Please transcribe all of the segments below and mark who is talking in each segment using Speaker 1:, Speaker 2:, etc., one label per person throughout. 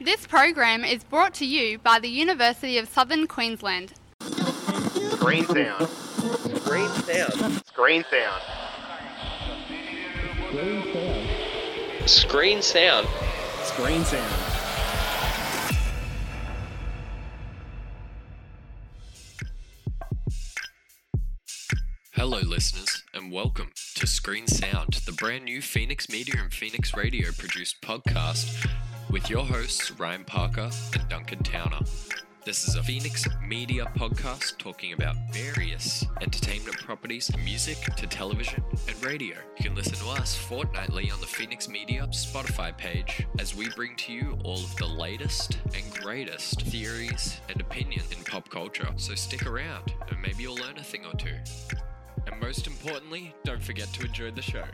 Speaker 1: This program is brought to you by the University of Southern Queensland.
Speaker 2: Screen sound. Screen sound. Screen sound.
Speaker 3: Screen sound.
Speaker 2: Screen sound.
Speaker 3: Hello, listeners, and welcome to Screen Sound, the brand new Phoenix Media and Phoenix Radio produced podcast with your hosts, Ryan Parker and Duncan Towner. This is a Phoenix Media podcast talking about various entertainment properties, music to television and radio. You can listen to us fortnightly on the Phoenix Media Spotify page as we bring to you all of the latest and greatest theories and opinions in pop culture. So stick around and maybe you'll learn a thing or two. And most importantly, don't forget to enjoy the show.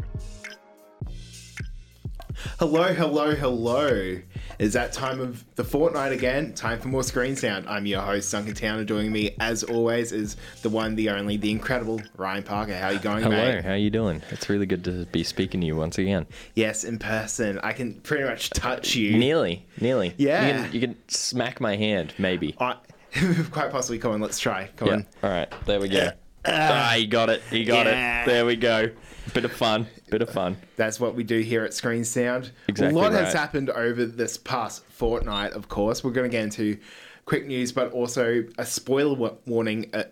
Speaker 4: Hello, hello, hello. It's that time of the fortnight again. Time for more screen sound. I'm your host, Duncan Towner. Joining me, as always, is the one, the only, the incredible Ryan Parker. How you going,
Speaker 5: Hello,
Speaker 4: mate?
Speaker 5: how you doing? It's really good to be speaking to you once again.
Speaker 4: Yes, in person. I can pretty much touch you.
Speaker 5: Nearly, nearly.
Speaker 4: Yeah.
Speaker 5: You can, you can smack my hand, maybe.
Speaker 4: I- quite possibly. Come on, let's try. Come
Speaker 5: Yeah.
Speaker 4: on.
Speaker 5: All right, there we go. ah, you got it. You got
Speaker 4: Yeah.
Speaker 5: it. There we go. Bit of fun. Bit of fun.
Speaker 4: That's what we do here at Screen Sound.
Speaker 5: Exactly
Speaker 4: A lot has
Speaker 5: right.
Speaker 4: happened over this past fortnight, of course. We're going to get into quick news, but also a spoiler wa- warning uh,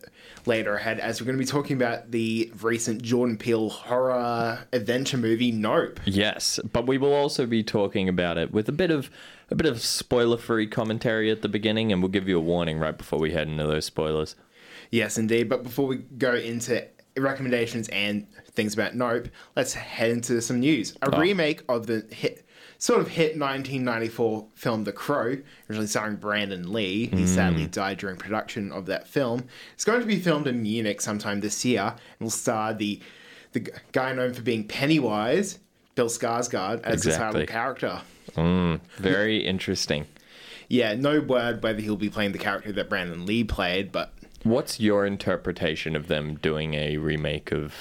Speaker 4: later ahead, as we're going to be talking about the recent Jordan Peele horror adventure movie, Nope.
Speaker 5: Yes, but we will also be talking about it with a bit of a bit of spoiler-free commentary at the beginning, and we'll give you a warning right before we head into those spoilers.
Speaker 4: Yes, indeed. But before we go into recommendations and things about Nope, let's head into some news. A remake of the hit, sort of hit 1994 film The Crow, originally starring Brandon Lee. He sadly died during production of that film. It's going to be filmed in Munich sometime this year and will star the the g- guy known for being Pennywise, Bill Skarsgård, as his title
Speaker 5: Exactly.
Speaker 4: character.
Speaker 5: Very interesting.
Speaker 4: Yeah, no word whether he'll be playing the character that Brandon Lee played, but
Speaker 5: What's your interpretation of them doing a remake of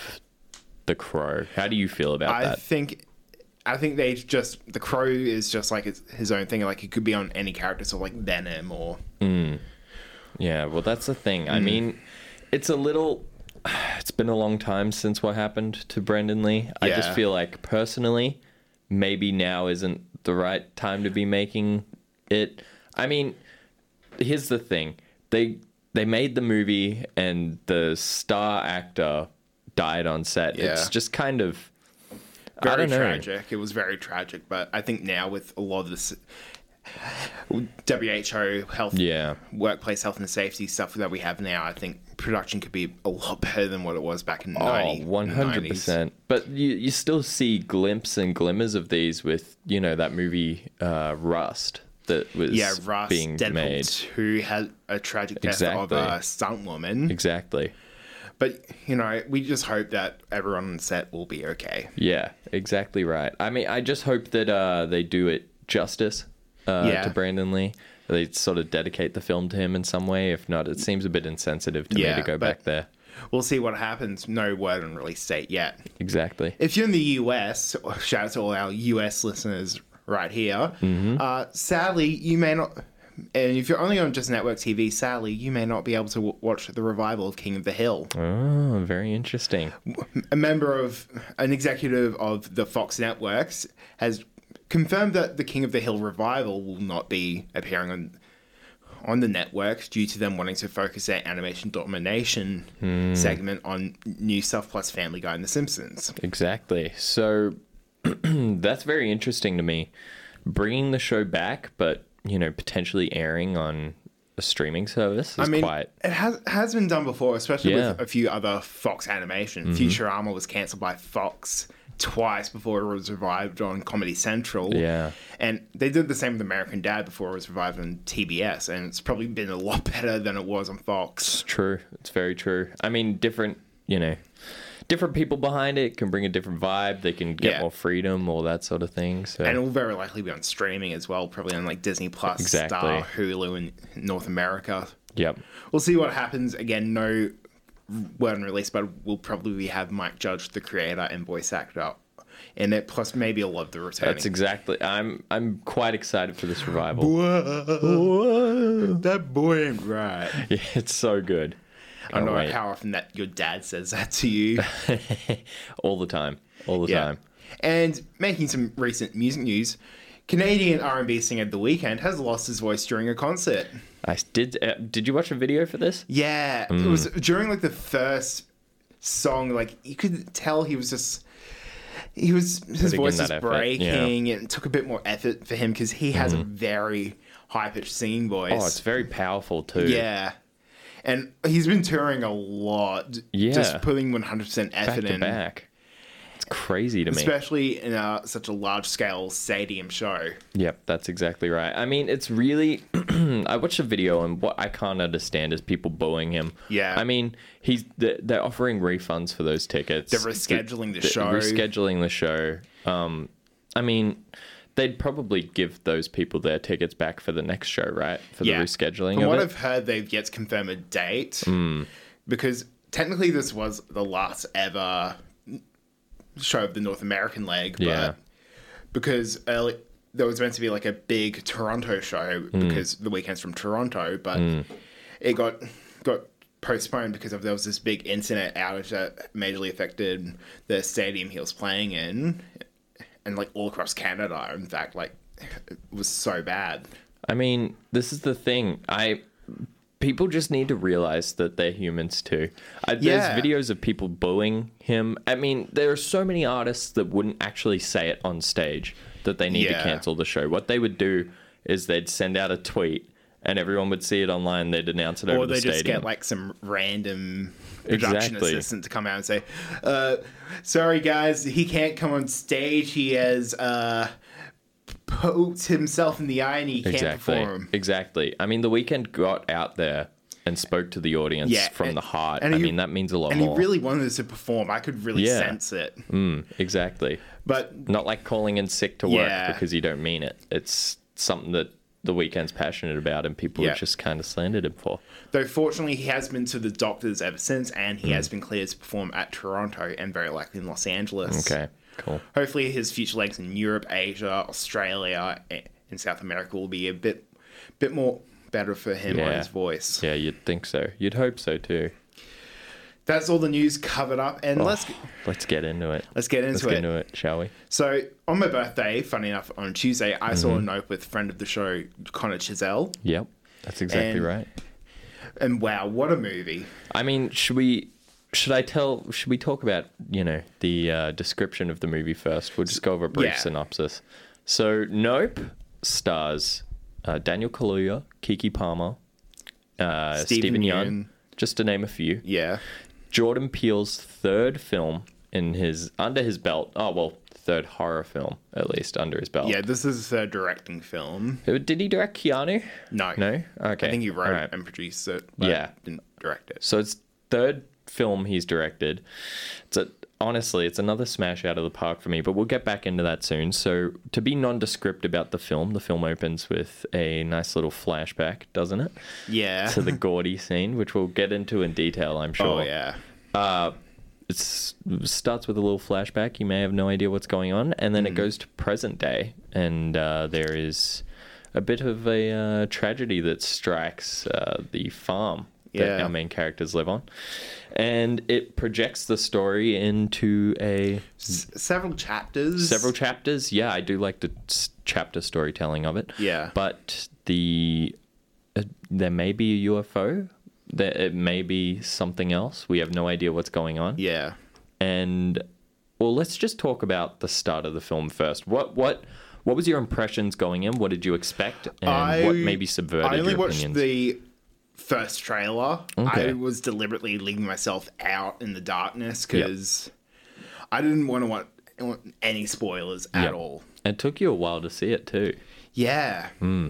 Speaker 5: The Crow? How do you feel about
Speaker 4: I
Speaker 5: that?
Speaker 4: think I think they just the crow is just like it's his own thing. Like it could be on any character, so like Venom or
Speaker 5: Yeah, well, that's the thing.
Speaker 4: Mm.
Speaker 5: I mean, it's a little. It's been a long time since what happened to Brendan Lee. I just
Speaker 4: Yeah.
Speaker 5: feel like personally, maybe now isn't the right time to be making it. I mean, here's the thing they they made the movie and the star actor died on set. It's
Speaker 4: Yeah.
Speaker 5: just kind of I
Speaker 4: very
Speaker 5: don't know.
Speaker 4: tragic. It was very tragic, but I think now with a lot of this WHO health,
Speaker 5: Yeah.
Speaker 4: workplace health and safety stuff that we have now, I think production could be a lot better than what it was back in the
Speaker 5: Oh,
Speaker 4: 90s.
Speaker 5: 100%. But you, you still see glimpses and glimmers of these with, you know, that movie uh, Rust that was
Speaker 4: Yeah, Russ,
Speaker 5: being
Speaker 4: Deadpool
Speaker 5: made.
Speaker 4: 2 had a tragic death
Speaker 5: Exactly.
Speaker 4: of a stunt woman.
Speaker 5: Exactly.
Speaker 4: But, you know, we just hope that everyone on set will be okay.
Speaker 5: Yeah, exactly right. I mean, I just hope that uh, they do it justice uh,
Speaker 4: Yeah.
Speaker 5: to Brandon Lee. They sort of dedicate the film to him in some way. If not, it seems a bit insensitive to
Speaker 4: Yeah,
Speaker 5: me to go
Speaker 4: but-
Speaker 5: back there.
Speaker 4: We'll see what happens. No word on release date yet.
Speaker 5: Exactly.
Speaker 4: If you're in the US, shout out to all our US listeners right here. Uh, sadly, you may not, and if you're only on just network TV, sadly, you may not be able to w- watch the revival of King of the Hill.
Speaker 5: Oh, very interesting.
Speaker 4: A member of, an executive of the Fox Networks has confirmed that the King of the Hill revival will not be appearing on. On the network, due to them wanting to focus their animation domination segment on new stuff plus Family Guy and The Simpsons.
Speaker 5: Exactly. So that's very interesting to me. Bringing the show back, but you know, potentially airing on a streaming service is quite.
Speaker 4: it has has been done before, especially
Speaker 5: Yeah. Mm-hmm.
Speaker 4: with a few other Fox animation. Futurama was cancelled by Fox twice before it was revived on Comedy Central.
Speaker 5: Yeah.
Speaker 4: and they did the same with American Dad before it was revived on TBS, and it's probably been a lot better than it was on Fox.
Speaker 5: It's true. It's very true. I mean, different. You know, different people behind it can bring a different vibe. They can get
Speaker 4: Yeah.
Speaker 5: more freedom, all that sort of thing. So
Speaker 4: And it will very likely be on streaming as well, probably on like Disney Plus, Star,
Speaker 5: Exactly.
Speaker 4: Hulu, in North America.
Speaker 5: yep.
Speaker 4: We'll see what happens. Again, no word on release, but we'll probably have Mike Judge, the creator and voice actor, in it, plus maybe a lot of the returning.
Speaker 5: That's exactly. I'm I'm quite excited for this revival.
Speaker 4: Whoa, that boy ain't right.
Speaker 5: Yeah, it's so good.
Speaker 4: I don't
Speaker 5: Can't
Speaker 4: know
Speaker 5: wait.
Speaker 4: how often that your dad says that to you.
Speaker 5: all the time, all the time.
Speaker 4: And making some recent music news, Canadian R&B singer The Weeknd has lost his voice during a concert.
Speaker 5: I s- did. Uh, did you watch a video for this?
Speaker 4: Yeah, it was
Speaker 5: Hmm.
Speaker 4: during like the first song. Like you could tell he was just he was his
Speaker 5: in
Speaker 4: voice was
Speaker 5: that effort, yeah. Hmm.
Speaker 4: breaking. and It took a bit more effort for him because he has a very high pitched singing voice.
Speaker 5: Oh, it's very powerful too.
Speaker 4: yeah. And he's been touring a lot,
Speaker 5: Yeah.
Speaker 4: just putting 100% effort
Speaker 5: back to
Speaker 4: in,
Speaker 5: back. It's crazy to me.
Speaker 4: especially in a, such a large scale stadium show.
Speaker 5: Yep, that's exactly right. I mean, it's really. I watched a video, and what I can't understand is people booing him.
Speaker 4: Yeah.
Speaker 5: I mean, he's they're, they're offering refunds for those tickets.
Speaker 4: They're rescheduling the
Speaker 5: They're
Speaker 4: show.
Speaker 5: Rescheduling the show. Um, I mean, they'd probably give those people their tickets back for the next show, right? For the rescheduling
Speaker 4: From
Speaker 5: of
Speaker 4: what
Speaker 5: it. Hmm.
Speaker 4: I've heard, they've yet to confirm a date because technically this was the last ever show of the North American leg. But
Speaker 5: Yeah.
Speaker 4: Because early, there was meant to be like a big Toronto show
Speaker 5: Hmm.
Speaker 4: because the weekend's from Toronto, but it got got postponed because of there was this big internet outage that majorly affected the stadium he was playing in, and like all across Canada. In fact, like it was so bad.
Speaker 5: I mean, this is the thing. I people just need to realize that they're humans too. I,
Speaker 4: Yeah.
Speaker 5: There's videos of people booing him. I mean, there are so many artists that wouldn't actually say it on stage that they need
Speaker 4: Yeah.
Speaker 5: to cancel the show. What they would do is they'd send out a tweet. And everyone would see it online. They'd announce it over
Speaker 4: or
Speaker 5: the
Speaker 4: they
Speaker 5: stadium.
Speaker 4: just get like some random production
Speaker 5: Exactly.
Speaker 4: assistant to come out and say, uh, "Sorry guys, he can't come on stage. He has uh, poked himself in the eye and he can't
Speaker 5: exactly.
Speaker 4: perform."
Speaker 5: Exactly. I mean, the weekend got out there and spoke to the audience
Speaker 4: Yeah,
Speaker 5: from
Speaker 4: and-
Speaker 5: the heart.
Speaker 4: and
Speaker 5: I
Speaker 4: he-
Speaker 5: mean, that means a lot
Speaker 4: And
Speaker 5: more.
Speaker 4: he really wanted to perform. I could really
Speaker 5: Uh-huh. Yeah.
Speaker 4: sense it.
Speaker 5: Mm, exactly.
Speaker 4: But
Speaker 5: not like calling in sick to work
Speaker 4: Yeah.
Speaker 5: because you don't mean it. It's something that the weekend's passionate about, and people
Speaker 4: Yeah.
Speaker 5: have just kind of slandered him for.
Speaker 4: though, fortunately, he has been to the doctors ever since, and
Speaker 5: Mm.
Speaker 4: he has been cleared to perform at Toronto and very likely in Los Angeles.
Speaker 5: Okay, cool.
Speaker 4: hopefully his future legs in Europe, Asia, Australia, a- and South America will be a bit bit more better for him on
Speaker 5: Yeah.
Speaker 4: his voice.
Speaker 5: Yeah, you'd think so. You'd hope so too.
Speaker 4: That's all the news covered up, and let's
Speaker 5: Let's get into it.
Speaker 4: let's get into
Speaker 5: Oh. Let's
Speaker 4: it.
Speaker 5: get into it, shall we?
Speaker 4: So on my birthday, funny enough, on Tuesday, I
Speaker 5: Mm-hmm.
Speaker 4: saw a note with friend of the show Connor Chiselle,
Speaker 5: Yep, that's exactly
Speaker 4: And-
Speaker 5: right.
Speaker 4: and wow, what a movie!
Speaker 5: I mean, should we? Should I tell? Should we talk about you know the uh, description of the movie first? We'll just go over a brief
Speaker 4: Yeah.
Speaker 5: synopsis. So, Nope stars uh, Daniel Kaluuya, Kiki Palmer, uh,
Speaker 4: Stephen
Speaker 5: Stephen, Yeun,
Speaker 4: Yeun.
Speaker 5: just to name a few.
Speaker 4: Yeah,
Speaker 5: Jordan Peele's third film in his under his belt. Oh well, third horror film at least under his belt.
Speaker 4: yeah, this is his third directing film.
Speaker 5: Who- Did he direct Keanu?
Speaker 4: No,
Speaker 5: No. Okay.
Speaker 4: I think he wrote
Speaker 5: Alright.
Speaker 4: and produced it. But
Speaker 5: Yeah.
Speaker 4: didn't direct it.
Speaker 5: So it's third film he's directed. It's a, honestly, it's another smash out of the park for me, but we'll get back into that soon. So to be nondescript about the film, the film opens with a nice little flashback, doesn't it?
Speaker 4: Yeah.
Speaker 5: To the Gordy scene, which we'll get into in detail, I'm sure.
Speaker 4: Oh yeah.
Speaker 5: It's, it starts with a little flashback. You may have no idea what's going on, and then it
Speaker 4: Mm.
Speaker 5: goes to present day, and uh, there is a bit of a uh, tragedy that strikes uh, the farm that
Speaker 4: Yeah.
Speaker 5: our main characters live on, and it projects the story into a
Speaker 4: S- several chapters.
Speaker 5: several chapters. Yeah, I do like the s- chapter storytelling of it.
Speaker 4: Yeah.
Speaker 5: but the uh, there may be a UFO. There, it may be something else. We have no idea what's going on
Speaker 4: Yeah.
Speaker 5: and well let's just talk about the start of the film first what what what was your impressions going in what did you expect and what maybe subverted
Speaker 4: I only
Speaker 5: your
Speaker 4: watched
Speaker 5: opinions
Speaker 4: the first trailer.
Speaker 5: Okay.
Speaker 4: I was deliberately leaving myself out in the darkness because I didn't want to want, want any spoilers at
Speaker 5: Yep.
Speaker 4: all.
Speaker 5: it took you a while to see it too
Speaker 4: Yeah.
Speaker 5: Hmm.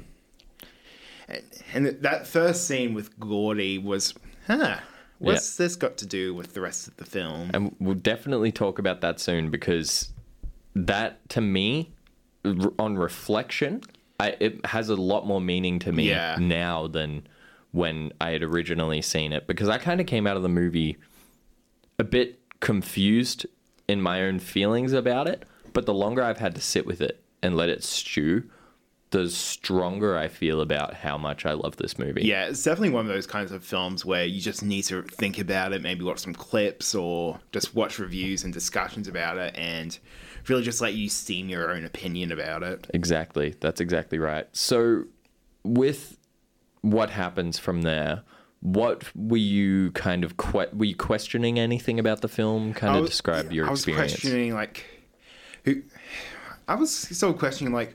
Speaker 4: And, and that first scene with Gordy was, huh, what's this got to do with the rest of the film?
Speaker 5: and we'll definitely talk about that soon because that to me r- on reflection I, it has a lot more meaning to me
Speaker 4: Yeah.
Speaker 5: now than when i had originally seen it because i kind of came out of the movie a bit confused in my own feelings about it But the longer I've had to sit with it and let it stew, the stronger I feel about how much I love this movie.
Speaker 4: Yeah, it's definitely one of those kinds of films where you just need to think about it, maybe watch some clips or just watch reviews and discussions about it and really just let you steam your own opinion about it.
Speaker 5: Exactly. That's exactly right. So, with what happens from there, what were you kind of que- were you questioning anything about the film? Kind of describe your
Speaker 4: I was
Speaker 5: experience.
Speaker 4: questioning like who I was still questioning like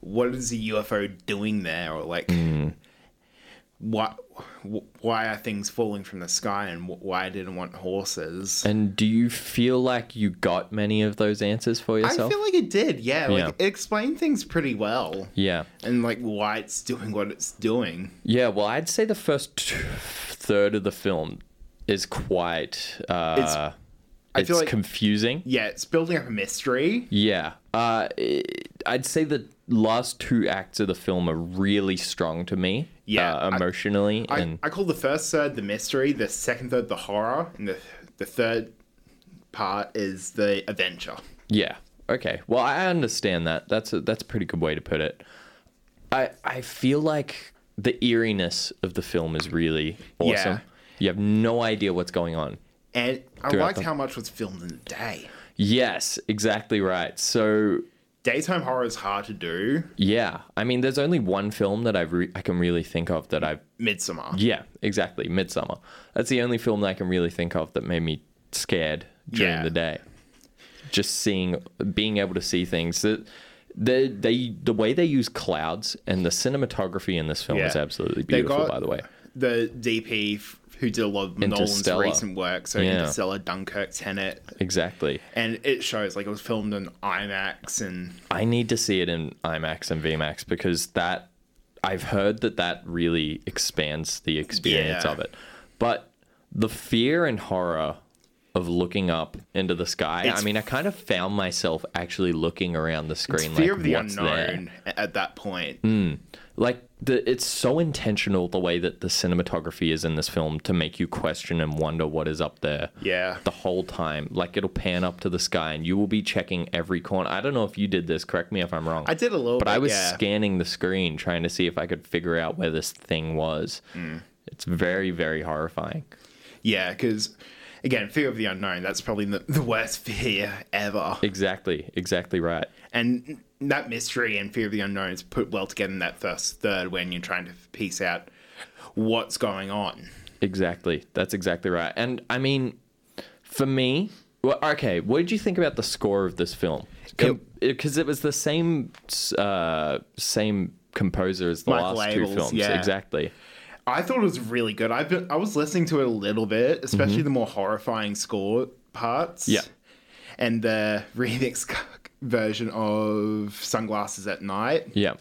Speaker 4: what is the UFO doing there or like
Speaker 5: Mm.
Speaker 4: what wh- why are things falling from the sky and wh- why I didn't want horses.
Speaker 5: And do you feel like you got many of those answers for
Speaker 4: I
Speaker 5: yourself?
Speaker 4: feel like it did, yeah. Like
Speaker 5: Yeah.
Speaker 4: it explained things pretty well.
Speaker 5: yeah.
Speaker 4: and like why it's doing what it's doing.
Speaker 5: Yeah, well, I'd say the first t- third of the film is quite. Uh, it's
Speaker 4: I feel like-
Speaker 5: confusing.
Speaker 4: Yeah, it's building up a mystery.
Speaker 5: Yeah. Uh, i I'd say the last two acts of the film are really strong to me.
Speaker 4: Yeah,
Speaker 5: uh,
Speaker 4: I-
Speaker 5: emotionally
Speaker 4: I,
Speaker 5: and
Speaker 4: I call the first third the mystery, the second third the horror, and the the third part is the adventure.
Speaker 5: Yeah. Okay. Well, I understand that. That's a that's a pretty good way to put it. I I feel like the eeriness of the film is really
Speaker 4: Yeah.
Speaker 5: awesome. You have no idea what's going on.
Speaker 4: And I
Speaker 5: Throughout
Speaker 4: liked
Speaker 5: the-
Speaker 4: how much was filmed in the day.
Speaker 5: Yes, exactly right. So
Speaker 4: Daytime horror is hard to do.
Speaker 5: yeah, I mean, there's only one film that I re- I can really think of that I've
Speaker 4: Midsummer.
Speaker 5: yeah exactly Midsummer. That's the only film that I can really think of that made me scared during
Speaker 4: Yeah.
Speaker 5: the day. Just seeing, being able to see things that. The they the way they use clouds and the cinematography in this film is
Speaker 4: Yeah.
Speaker 5: absolutely
Speaker 4: They
Speaker 5: beautiful.
Speaker 4: got-
Speaker 5: by the way,
Speaker 4: The DP f- who did a lot of Nolan's
Speaker 5: Interstellar.
Speaker 4: recent work, so
Speaker 5: Yeah.
Speaker 4: Interstellar, Dunkirk, Tenet,
Speaker 5: exactly.
Speaker 4: and it shows like it was filmed in IMAX and
Speaker 5: I need to see it in IMAX and VMAX because that I've heard that that really expands the experience
Speaker 4: Yeah.
Speaker 5: of it. But the fear and horror of looking up into the sky. I
Speaker 4: It's-
Speaker 5: mean, I kind of found myself actually looking around the screen
Speaker 4: fear
Speaker 5: like
Speaker 4: of the
Speaker 5: what's there. Hmm.
Speaker 4: unknown a- at that point.
Speaker 5: like the it's so intentional the way that the cinematography is in this film to make you question and wonder what is up there
Speaker 4: Yeah.
Speaker 5: the whole time like it'll pan up to the sky and you will be checking every corner i don't know if you did this correct me if i'm wrong
Speaker 4: I did a little
Speaker 5: but i
Speaker 4: bit,
Speaker 5: was
Speaker 4: yeah.
Speaker 5: scanning the screen trying to see if i could figure out where this thing was
Speaker 4: Mm.
Speaker 5: it's very very horrifying
Speaker 4: Yeah, because again, fear of the unknown. That's probably the, the worst fear ever.
Speaker 5: exactly exactly right
Speaker 4: And that mystery and fear of the unknown is put well together in that first third when you're trying to piece out what's going on.
Speaker 5: Exactly. That's exactly right. And I mean, for me, well, okay, what did you think about the score of this film? Because it, was the same uh, same composer as the
Speaker 4: Michael
Speaker 5: last two
Speaker 4: Abels,
Speaker 5: films.
Speaker 4: yeah.
Speaker 5: Exactly.
Speaker 4: I thought it was really good. I've been, I was listening to it a little bit, especially the more horrifying score parts.
Speaker 5: Mm-hmm. Yeah.
Speaker 4: And the remix version of Sunglasses at Night.
Speaker 5: Yeah.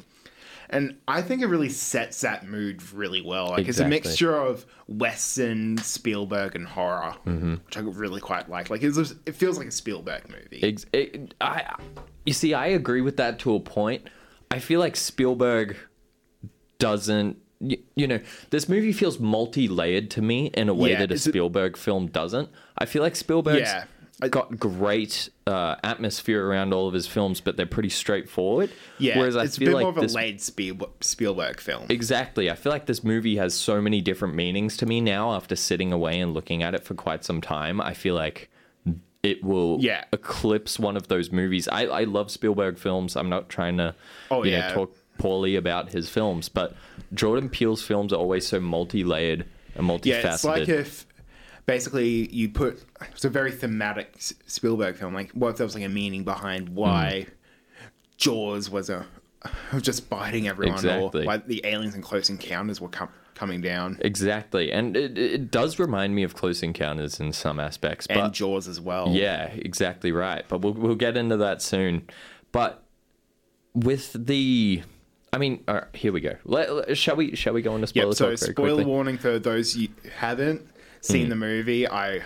Speaker 4: And I think it really sets that mood really well. Like
Speaker 5: Exactly.
Speaker 4: it's a mixture of Western, Spielberg, and horror,
Speaker 5: Mm-hmm.
Speaker 4: which I really quite like. Like it's, it feels like a Spielberg movie.
Speaker 5: Ex- it, I, you see, I agree with that to a point. I feel like Spielberg doesn't. You, you know, this movie feels multi-layered to me in a way
Speaker 4: Yeah,
Speaker 5: that a
Speaker 4: it's a-
Speaker 5: Spielberg film doesn't. I feel like Spielberg's
Speaker 4: Yeah, I-
Speaker 5: got great uh, atmosphere around all of his films, but they're pretty straightforward.
Speaker 4: yeah,
Speaker 5: Whereas I
Speaker 4: it's a
Speaker 5: feel
Speaker 4: bit
Speaker 5: like
Speaker 4: more of a
Speaker 5: this
Speaker 4: laid Spiel- Spielberg film.
Speaker 5: exactly. I feel like this movie has so many different meanings to me now. After sitting away and looking at it for quite some time, I feel like it will
Speaker 4: Yeah.
Speaker 5: eclipse one of those movies. I, I love Spielberg films. I'm not trying to
Speaker 4: Oh,
Speaker 5: you
Speaker 4: yeah.
Speaker 5: know, talk poorly about his films, but Jordan Peele's films are always so multi-layered and multifaceted.
Speaker 4: yeah, it's like if basically you put it's a very thematic S- Spielberg film. Like what if there was like a meaning
Speaker 5: Mm.
Speaker 4: behind why Jaws was a just biting everyone,
Speaker 5: Exactly.
Speaker 4: or why the aliens and Close Encounters were com- coming down,
Speaker 5: Exactly, and it, it does remind me of Close Encounters in some aspects, but
Speaker 4: and Jaws as well.
Speaker 5: Yeah, exactly right. But we'll we'll get into that soon. But with the, I mean, all right, here we go. Let, let- shall we? Shall we go into spoiler
Speaker 4: Yep, so
Speaker 5: talk very
Speaker 4: spoiler
Speaker 5: quickly? Hmm.
Speaker 4: warning for those you haven't seen the movie. I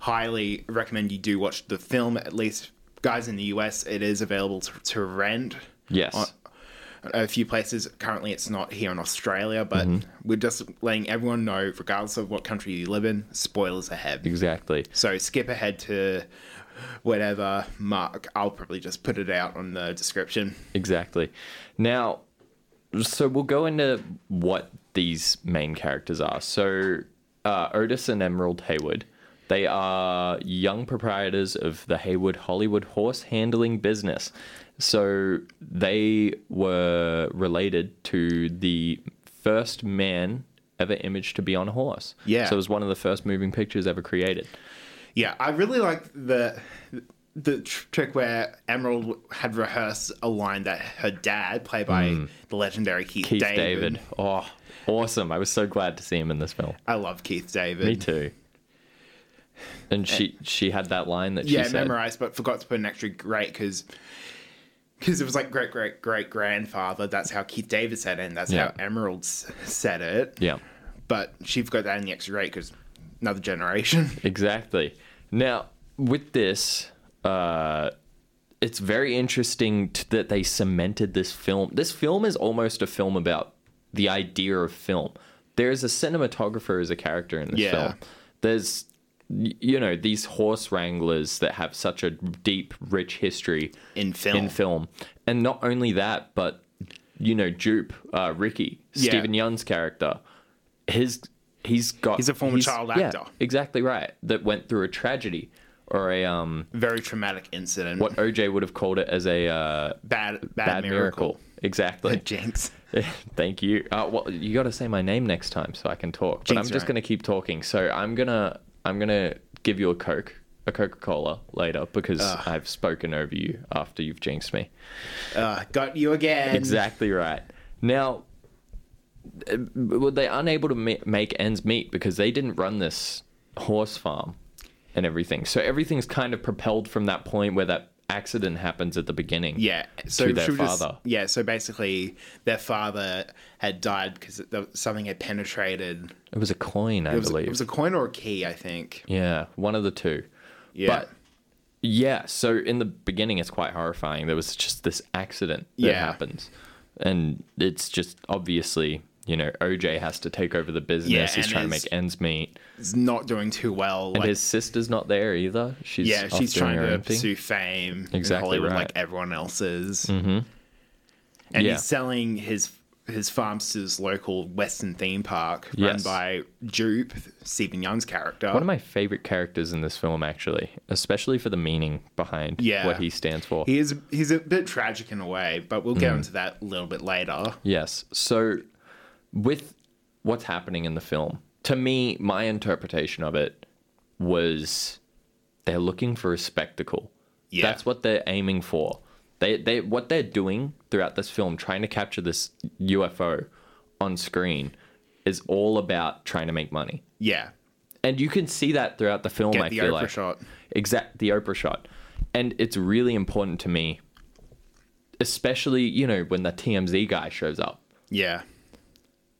Speaker 4: highly recommend you do watch the film. At least, guys in the US, it is available to, to rent.
Speaker 5: Yes.
Speaker 4: on- a few places currently it's not here in Australia, but
Speaker 5: Mm-hmm.
Speaker 4: we're just letting everyone know, regardless of what country you live in, spoilers ahead.
Speaker 5: exactly.
Speaker 4: So skip ahead to whatever mark. I'll probably just put it out on the description.
Speaker 5: Exactly. Now, so we'll go into what these main characters are. So, uh, Otis and Emerald Hayward, they are young proprietors of the Hayward Hollywood horse handling business. So, they were related to the first man ever imaged to be on a horse.
Speaker 4: Yeah.
Speaker 5: So, it was one of the first moving pictures ever created.
Speaker 4: Yeah, I really like the the tr- trick where Emerald had rehearsed a line that her dad, played by the legendary Keith,
Speaker 5: Hmm. Keith
Speaker 4: David.
Speaker 5: David. Oh, awesome. I was so glad to see him in this film.
Speaker 4: I love Keith David.
Speaker 5: Me too. And she she had that line that she
Speaker 4: yeah,
Speaker 5: said.
Speaker 4: memorized, but forgot to put an extra great because because it was like great great great grandfather. That's how Keith David said it, and that's
Speaker 5: Yeah.
Speaker 4: how Emerald s- said it.
Speaker 5: Yeah,
Speaker 4: but she forgot that in the extra great because another generation.
Speaker 5: exactly. Now with this, uh, it's very interesting t- that they cemented this film. This film is almost a film about the idea of film. There is a cinematographer as a character in this
Speaker 4: Yeah.
Speaker 5: film. There's y- you know these horse wranglers that have such a deep, rich history
Speaker 4: In film.
Speaker 5: In film, and not only that, but you know, Jupe, uh, Ricky,
Speaker 4: Yeah.
Speaker 5: Stephen Young's character, his he's got
Speaker 4: He's a former child actor.
Speaker 5: exactly right. That went through a tragedy or a um
Speaker 4: Very traumatic incident.
Speaker 5: what OJ would have called it as a uh,
Speaker 4: bad bad,
Speaker 5: bad miracle.
Speaker 4: miracle?
Speaker 5: Exactly.
Speaker 4: Jinx.
Speaker 5: Thank you. Uh, well, you got to say my name next time so I can talk. But I'm
Speaker 4: Jinx,
Speaker 5: just
Speaker 4: right.
Speaker 5: gonna keep talking. So I'm gonna I'm gonna give you a Coke, a Coca Cola later because I've spoken over you after you've jinxed me.
Speaker 4: Uh, got you again.
Speaker 5: Exactly right. Now, uh, were they unable to ma- make ends meet because they didn't run this horse farm and everything? So everything's kind of propelled from that point where that accident happens at the beginning.
Speaker 4: Yeah. So
Speaker 5: to their
Speaker 4: she was just-
Speaker 5: father.
Speaker 4: yeah. So basically, their father had died because something had penetrated.
Speaker 5: It was a coin, I
Speaker 4: It was,
Speaker 5: believe.
Speaker 4: it was a coin or a key, I think.
Speaker 5: yeah, one of the two.
Speaker 4: Yeah.
Speaker 5: But yeah, so in the beginning, it's quite horrifying. There was just this accident that
Speaker 4: Yeah.
Speaker 5: happens, and it's just obviously. You know, OJ has to take over the business. He's
Speaker 4: and
Speaker 5: trying to
Speaker 4: his-
Speaker 5: make ends meet.
Speaker 4: It's not doing too well.
Speaker 5: And
Speaker 4: like-
Speaker 5: his sister's not there either. She's
Speaker 4: yeah,
Speaker 5: off
Speaker 4: she's
Speaker 5: doing
Speaker 4: trying
Speaker 5: her
Speaker 4: to
Speaker 5: own thing.
Speaker 4: pursue fame in
Speaker 5: Exactly
Speaker 4: Hollywood
Speaker 5: right.
Speaker 4: like everyone else is. Mm-hmm. And
Speaker 5: Yeah.
Speaker 4: he's selling his his farms to this local Western theme park run
Speaker 5: Yes.
Speaker 4: by Jupe, Stephen Young's character.
Speaker 5: One of my favorite characters in this film, actually, especially for the meaning behind
Speaker 4: Yeah.
Speaker 5: what he stands for. Mm.
Speaker 4: he is he's a bit tragic in a way, but we'll get into that a little bit later.
Speaker 5: Yes. So, with what's happening in the film, to me, my interpretation of it was they're looking for a spectacle.
Speaker 4: Yeah.
Speaker 5: That's what they're aiming for. They, they, what they're doing throughout this film, trying to capture this UFO on screen, is all about trying to make money.
Speaker 4: Yeah.
Speaker 5: and you can see that throughout the film.
Speaker 4: Get
Speaker 5: I
Speaker 4: the
Speaker 5: feel
Speaker 4: Oprah
Speaker 5: like
Speaker 4: shot.
Speaker 5: exact the Oprah shot, and it's really important to me, especially you know when the TMZ guy shows up.
Speaker 4: Yeah.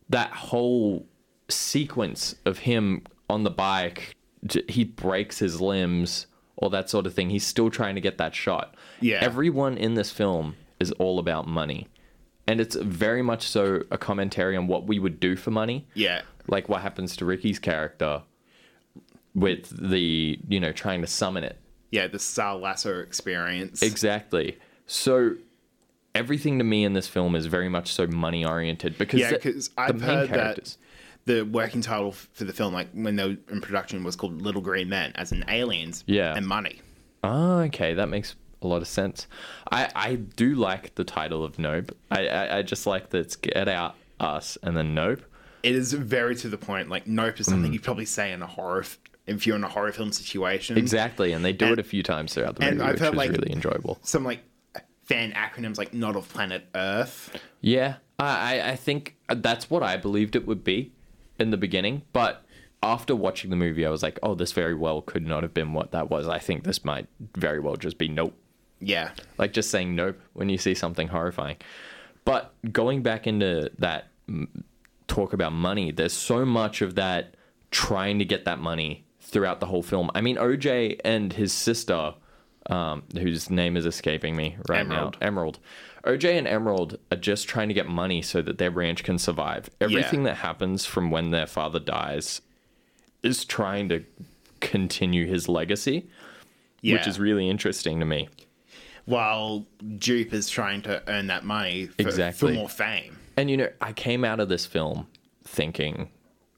Speaker 5: That whole sequence of him on the bike, j- he breaks his limbs, all that sort of thing. He's still trying to get that shot.
Speaker 4: Yeah.
Speaker 5: everyone in this film is all about money, and it's very much so a commentary on what we would do for money
Speaker 4: Yeah.
Speaker 5: like what happens to Ricky's character with the you know trying to summon it
Speaker 4: Yeah, the Sal Lasso experience.
Speaker 5: exactly so everything to me in this film is very much so money oriented because
Speaker 4: Yeah,
Speaker 5: the-
Speaker 4: because
Speaker 5: the
Speaker 4: I've
Speaker 5: main
Speaker 4: heard
Speaker 5: characters-
Speaker 4: that the working title f- for the film, like when they were in production, was called Little Green Men, as in aliens
Speaker 5: Yeah.
Speaker 4: and money.
Speaker 5: oh okay that makes a lot of sense i i do like the title of nope i i, I just like that it's get out us and then nope
Speaker 4: Mm. It is very to the point. Like Nope is
Speaker 5: Mm.
Speaker 4: something you'd probably say in a horror, f- if you're in a horror film situation.
Speaker 5: exactly and they do
Speaker 4: And-
Speaker 5: it a few times throughout the
Speaker 4: and
Speaker 5: movie
Speaker 4: I've
Speaker 5: which
Speaker 4: heard,
Speaker 5: is
Speaker 4: like-
Speaker 5: really enjoyable
Speaker 4: Some like fan acronyms like Not of Planet Earth.
Speaker 5: Yeah, I, I- I think that's what I believed it would be in the beginning. But after watching the movie, I was like, oh, this very well could not have been what that was. I think this might very well just be nope.
Speaker 4: Yeah,
Speaker 5: Like just saying nope when you see something horrifying. But going back into that mm, talk about money, there's so much of that trying to get that money throughout the whole film. I mean, OJ and his sister, um, whose name is escaping me right
Speaker 4: Emerald.
Speaker 5: now, Emerald. OJ and Emerald are just trying to get money so that their ranch can survive. Everything that happens from when their father dies is trying to continue his legacy which
Speaker 4: Yeah.
Speaker 5: is really interesting to me.
Speaker 4: While Dupe is trying to earn that money for,
Speaker 5: Exactly.
Speaker 4: for more fame.
Speaker 5: And you know, I came out of this film thinking,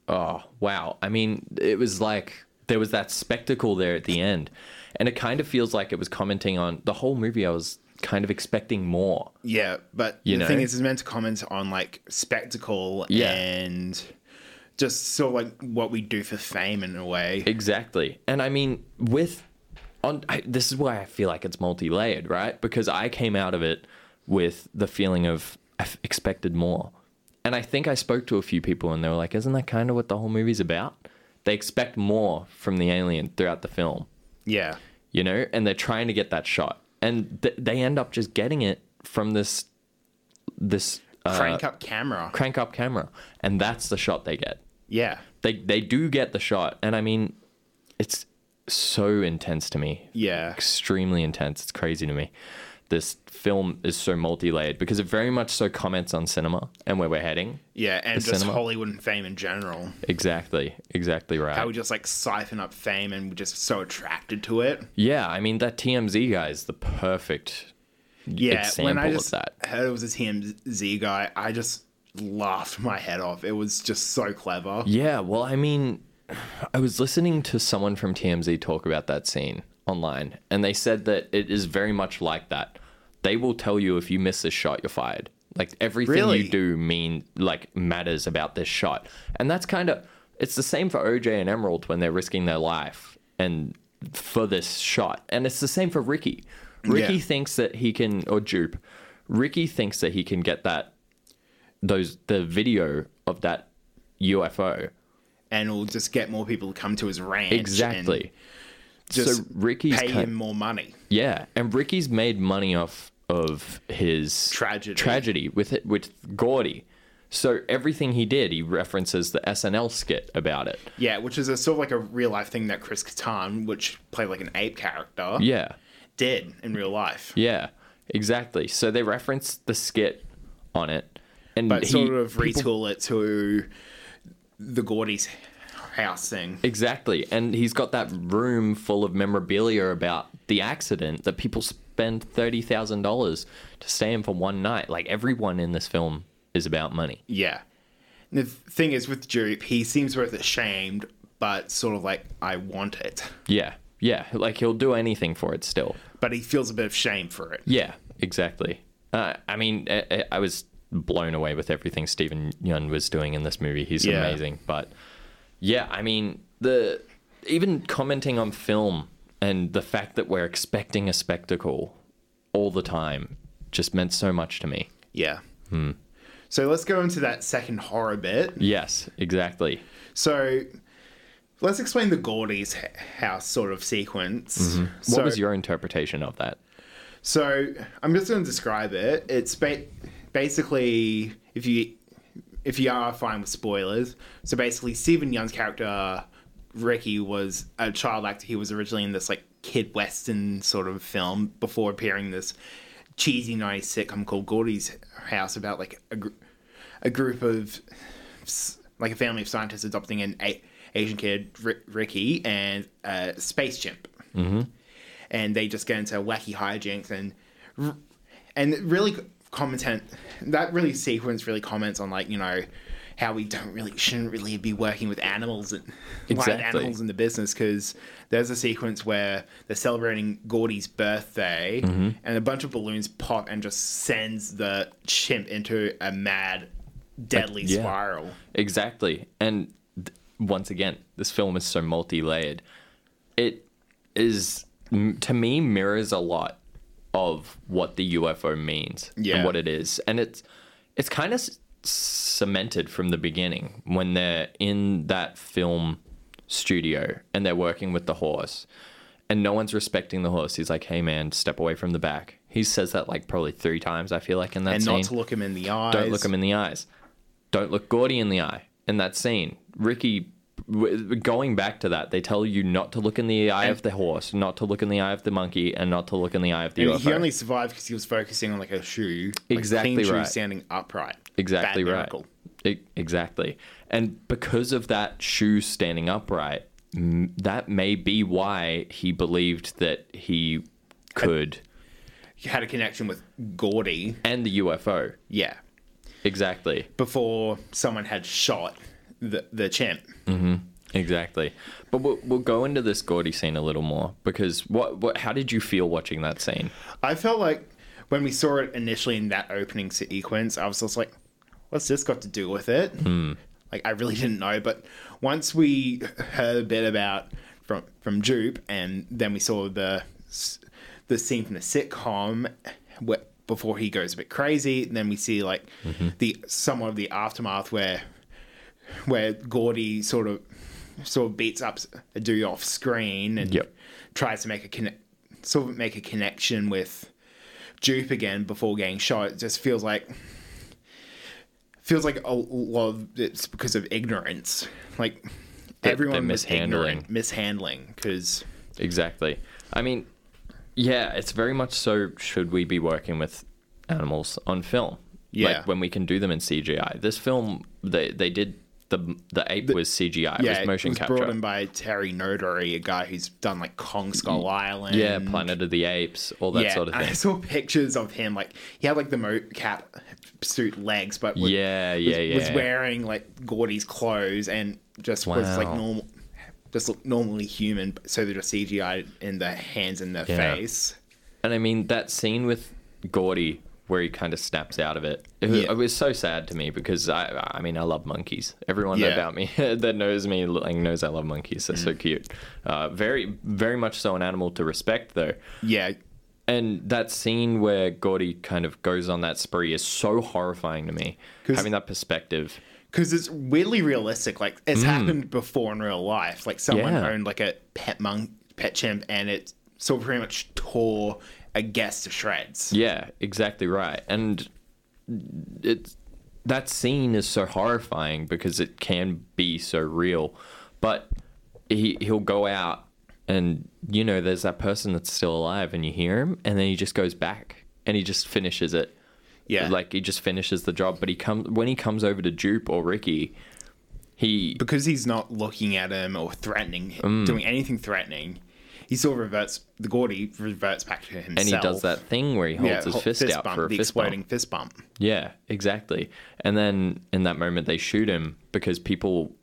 Speaker 5: oh, wow. I mean, it was like there was that spectacle there at the end. And it kind of feels like it was commenting on the whole movie. I was kind of expecting more.
Speaker 4: Yeah, but
Speaker 5: You
Speaker 4: the
Speaker 5: know?
Speaker 4: thing is, it's meant to comment on like spectacle
Speaker 5: Yeah.
Speaker 4: and just sort of like what we do for fame in a way.
Speaker 5: Exactly. And I mean, with on I, this is why I feel like it's multi-layered, right? Because I came out of it with the feeling of I f- expected more. And I think I spoke to a few people and they were like, isn't that kind of what the whole movie's about? They expect more from the alien throughout the film,
Speaker 4: yeah,
Speaker 5: you know? And they're trying to get that shot. And th- they end up just getting it from this this uh,
Speaker 4: crank up camera.
Speaker 5: crank up camera. And that's the shot they get
Speaker 4: yeah,
Speaker 5: they they do get the shot, and I mean, it's so intense to me.
Speaker 4: yeah,
Speaker 5: Extremely intense. It's crazy to me. This film is so multi-layered because it very much so comments on cinema and where we're heading.
Speaker 4: yeah, and
Speaker 5: The
Speaker 4: just
Speaker 5: cinema.
Speaker 4: Hollywood and fame in general.
Speaker 5: Exactly. Exactly right.
Speaker 4: How we just like siphon up fame and we're just so attracted to it.
Speaker 5: yeah, I mean that TMZ guy is the perfect
Speaker 4: Yeah, when I
Speaker 5: Example of
Speaker 4: just
Speaker 5: that.
Speaker 4: heard it was a TMZ guy, I just laughed my head off. It was just so clever.
Speaker 5: Yeah, well, I mean, I was listening to someone from TMZ talk about that scene online, and they said that it is very much like that. They will tell you if you miss this shot, you're fired. Like everything
Speaker 4: Really?
Speaker 5: you do mean like matters about this shot, and that's kind of it's the same for OJ and Emerald when they're risking their life and for this shot, and it's the same for Ricky. Ricky
Speaker 4: Yeah.
Speaker 5: thinks that he can, or Jupe, Ricky thinks that he can get that those the video of that UFO
Speaker 4: And it'll just get more people to come to his ranch. and
Speaker 5: Exactly.
Speaker 4: just
Speaker 5: so Ricky's
Speaker 4: pay
Speaker 5: ki-
Speaker 4: him more money.
Speaker 5: yeah, and Ricky's made money off of his
Speaker 4: Tragedy.
Speaker 5: tragedy with it with Gordy. So everything he did, he references the SNL skit about it.
Speaker 4: Yeah, which is a sort of like a real life thing that Chris Kattan, which played like an ape character,
Speaker 5: Yeah,
Speaker 4: did in real life.
Speaker 5: yeah, exactly. So they reference the skit on it, and
Speaker 4: But
Speaker 5: he-
Speaker 4: sort of
Speaker 5: people-
Speaker 4: retool it to the Gordy's house thing.
Speaker 5: Exactly. And he's got that room full of memorabilia about the accident that people spend $30,000 to stay in for one night. Like everyone in this film is about money.
Speaker 4: Yeah. And the thing is with Dupe, he seems both ashamed, but sort of like, I want it.
Speaker 5: Yeah. Yeah. Like he'll do anything for it still.
Speaker 4: But he feels a bit of shame for it.
Speaker 5: Yeah, exactly. Uh, I mean, I, I- I was blown away with everything Stephen Yun was doing in this movie. He's
Speaker 4: Yeah.
Speaker 5: amazing. But yeah, I mean, the even commenting on film and the fact that we're expecting a spectacle all the time just meant so much to me.
Speaker 4: Yeah.
Speaker 5: Hmm.
Speaker 4: So let's go into that second horror bit.
Speaker 5: Yes, exactly.
Speaker 4: So let's explain the Gordy's h- house sort of sequence.
Speaker 5: Mm-hmm. what
Speaker 4: So-
Speaker 5: was your interpretation of that?
Speaker 4: So I'm just going to describe it. It's ba- basically if you if you are fine with spoilers. So basically, Stephen Young's character Ricky was a child actor. He was originally in this like kid western sort of film before appearing in this cheesy nice sitcom called Gordy's House about like a, gr- a group of s- like a family of scientists adopting an a- Asian kid Ri- Ricky and a space chimp and they just get into wacky hijinks and and it really content that really sequence really comments on like you know how we don't really shouldn't really be working with animals and
Speaker 5: Exactly.
Speaker 4: live animals in the business because there's a sequence where they're celebrating Gordy's birthday
Speaker 5: Mm-hmm.
Speaker 4: and a bunch of balloons pop and just sends the chimp into a mad deadly
Speaker 5: yeah.
Speaker 4: spiral
Speaker 5: Exactly. And th- once again, this film is so multi layered. It is, m- to me, mirrors a lot of what the UFO means
Speaker 4: Yeah.
Speaker 5: and what it is. And it's, it's kind of s- cemented from the beginning when they're in that film studio and they're working with the horse and no one's respecting the horse. He's like, hey, man, step away from the back. He says that like probably three times, I feel like, in that
Speaker 4: and
Speaker 5: scene.
Speaker 4: not to look him in the eyes
Speaker 5: Don't look him in the eyes. Don't look Gordy in the eye in that scene. Ricky, w- going back to that, they tell you not to look in the eye of the horse, not to look in the eye of the monkey, and not to look in the eye of the
Speaker 4: And
Speaker 5: UFO.
Speaker 4: he only survived because he was focusing on like a shoe, like,
Speaker 5: Exactly
Speaker 4: clean
Speaker 5: right.
Speaker 4: shoe standing upright.
Speaker 5: exactly
Speaker 4: Bad
Speaker 5: right.
Speaker 4: miracle.
Speaker 5: E- exactly. And because of that shoe standing upright, m- that may be why he believed that he could
Speaker 4: You had a connection with Gordy.
Speaker 5: and the UFO.
Speaker 4: Yeah.
Speaker 5: Exactly.
Speaker 4: Before someone had shot the, the chimp.
Speaker 5: Exactly. But we'll, we'll go into this Gordy scene a little more because what what how did you feel watching that scene?
Speaker 4: I felt like when we saw it initially in that opening sequence, I was just like, what's this got to do with it? Like, I really didn't know. But once we heard a bit about from from Jupe, and then we saw the s- the scene from the sitcom where, before he goes a bit crazy, and then we see like the somewhat of the aftermath where where Gordy sort of sort of beats up a dude off screen and
Speaker 5: Yep.
Speaker 4: tries to make a connect, sort of make a connection with Jupe again before getting shot. It just feels like feels like a lot of it's because of ignorance. Like
Speaker 5: They're-
Speaker 4: everyone
Speaker 5: they're
Speaker 4: was
Speaker 5: mishandling.
Speaker 4: ignorant, mishandling because
Speaker 5: Exactly. I mean, yeah, it's very much so. Should we be working with animals on film?
Speaker 4: Yeah.
Speaker 5: Like when we can do them in CGI. This film, they they did the the ape was CGI.
Speaker 4: yeah,
Speaker 5: it was motion
Speaker 4: it was
Speaker 5: capture.
Speaker 4: brought in by Terry Nodary, a guy who's done like Kong Skull Island.
Speaker 5: yeah, Planet of the Apes, all that
Speaker 4: yeah,
Speaker 5: sort of
Speaker 4: I
Speaker 5: thing.
Speaker 4: saw pictures of him like he had like the mocap suit legs, but was,
Speaker 5: yeah,
Speaker 4: was,
Speaker 5: yeah, yeah.
Speaker 4: was wearing like Gordy's clothes and just was like
Speaker 5: Wow.
Speaker 4: normal, just looked normally human. but- So they just CGI in the hands and the
Speaker 5: Yeah.
Speaker 4: face.
Speaker 5: And I mean that scene with Gordy where he kind of snaps out of it. It was,
Speaker 4: Yeah.
Speaker 5: it was so sad to me because I I mean I love monkeys. Everyone
Speaker 4: Yeah. Mm.
Speaker 5: about me that knows me like knows I love monkeys. They're so cute. Uh, very very much so an animal to respect though.
Speaker 4: Yeah,
Speaker 5: And that scene where Gordy kind of goes on that spree is so horrifying to me.
Speaker 4: 'Cause-
Speaker 5: Having that perspective.
Speaker 4: because it's weirdly realistic. Like it's happened before in real life. Like someone
Speaker 5: Mm. Yeah.
Speaker 4: owned like a pet monk, pet chimp, and it sort of pretty much tore a guest to shreds.
Speaker 5: Yeah, exactly right. And it that scene is so horrifying because it can be so real. But he he'll go out and you know there's that person that's still alive and you hear him and then he just goes back and he just finishes it.
Speaker 4: Yeah,
Speaker 5: Like he just finishes the job, but he comes when he comes over to Jupe or Ricky, he
Speaker 4: because he's not looking at him or threatening,
Speaker 5: Mm.
Speaker 4: doing anything threatening. He sort of reverts. The Gordy reverts back to himself,
Speaker 5: and he does that thing where he holds his
Speaker 4: hol-
Speaker 5: fist, out
Speaker 4: bump,
Speaker 5: for a
Speaker 4: the
Speaker 5: fist bump.
Speaker 4: exploding fist bump.
Speaker 5: Yeah, exactly. And then in that moment, they shoot him because people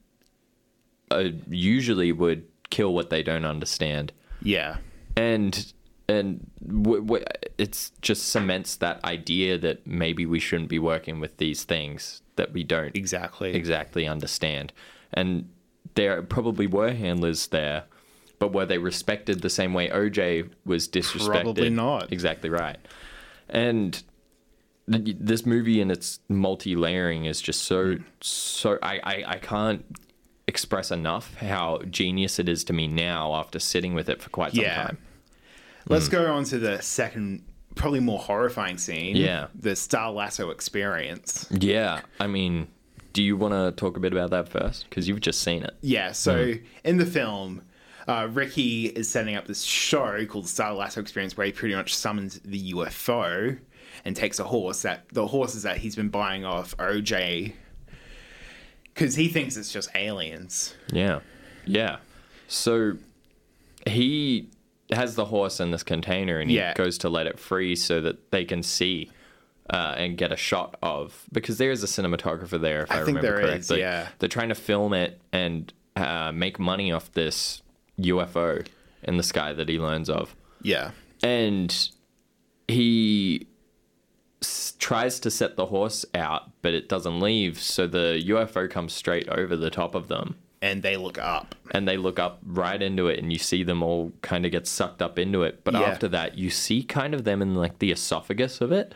Speaker 5: uh, usually would kill what they don't understand,
Speaker 4: Yeah,
Speaker 5: and and w- w- it's just cements that idea that maybe we shouldn't be working with these things that we don't
Speaker 4: exactly.
Speaker 5: exactly understand. And there probably were handlers there, but were they respected the same way OJ was disrespected?
Speaker 4: Probably not.
Speaker 5: Exactly right. And th- this movie and its multi layering is just so,
Speaker 4: Mm.
Speaker 5: so. I, I, I can't express enough how genius it is to me now after sitting with it for quite some
Speaker 4: Yeah.
Speaker 5: time. Mm.
Speaker 4: Let's go on to the second, probably more horrifying scene.
Speaker 5: Yeah.
Speaker 4: the Star Lasso experience.
Speaker 5: Yeah. I mean, do you want to talk a bit about that first? Because you've just seen it.
Speaker 4: Yeah, so in the film, uh, Ricky is setting up this show called Star Lasso Experience where he pretty much summons the UFO and takes a horse that the horses that he's been buying off OJ because he thinks it's just aliens.
Speaker 5: Yeah. Yeah. So he has the horse in this container and he
Speaker 4: Yeah.
Speaker 5: goes to let it free so that they can see uh, and get a shot of because there is a cinematographer there if I,
Speaker 4: I think
Speaker 5: remember
Speaker 4: there is,
Speaker 5: correctly.
Speaker 4: yeah.
Speaker 5: They're trying to film it and uh, make money off this UFO in the sky that he learns of
Speaker 4: Yeah.
Speaker 5: and he s- tries to set the horse out but it doesn't leave so the UFO comes straight over the top of them
Speaker 4: And they look up.
Speaker 5: and they look up right into it and you see them all kind of get sucked up into it but
Speaker 4: Yeah.
Speaker 5: after that you see kind of them in like the esophagus of it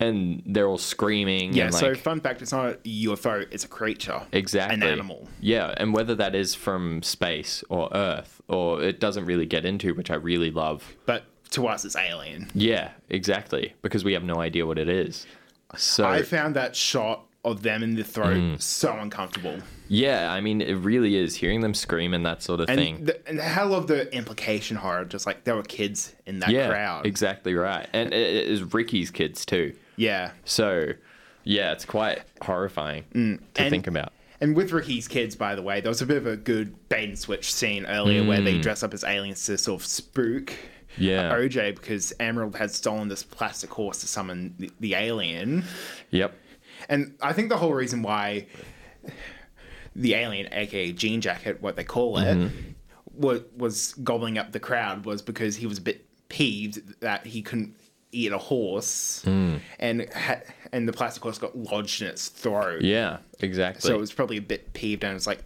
Speaker 5: and they're all screaming
Speaker 4: Yeah,
Speaker 5: and like
Speaker 4: so fun fact it's not a UFO, it's a creature.
Speaker 5: exactly
Speaker 4: An animal.
Speaker 5: yeah and whether that is from space or earth or it doesn't really get into which i really love
Speaker 4: But to us, it's alien.
Speaker 5: yeah exactly because we have no idea what it is so
Speaker 4: I found that shot of them in the throat so uncomfortable.
Speaker 5: yeah i mean it really is hearing them scream and that sort of thing
Speaker 4: And, the, and I love the implication horror, just like there were kids in that
Speaker 5: yeah
Speaker 4: crowd.
Speaker 5: exactly right and it it is ricky's kids too
Speaker 4: Yeah.
Speaker 5: So, yeah, it's quite horrifying to
Speaker 4: Mm. and-
Speaker 5: think about.
Speaker 4: And with Ricky's kids, by the way, there was a bit of a good bait and switch scene earlier where they dress up as aliens to sort of spook
Speaker 5: Mm. Yeah.
Speaker 4: OJ because Emerald had stolen this plastic horse to summon the, the alien.
Speaker 5: Yep.
Speaker 4: And I think the whole reason why the alien, aka Jean Jacket, what they call it,
Speaker 5: Mm-hmm.
Speaker 4: was, was gobbling up the crowd was because he was a bit peeved that he couldn't eat a horse,
Speaker 5: Mm.
Speaker 4: and ha- and the plastic horse got lodged in its throat.
Speaker 5: Yeah. Exactly.
Speaker 4: So it was probably a bit peeved, and it's like,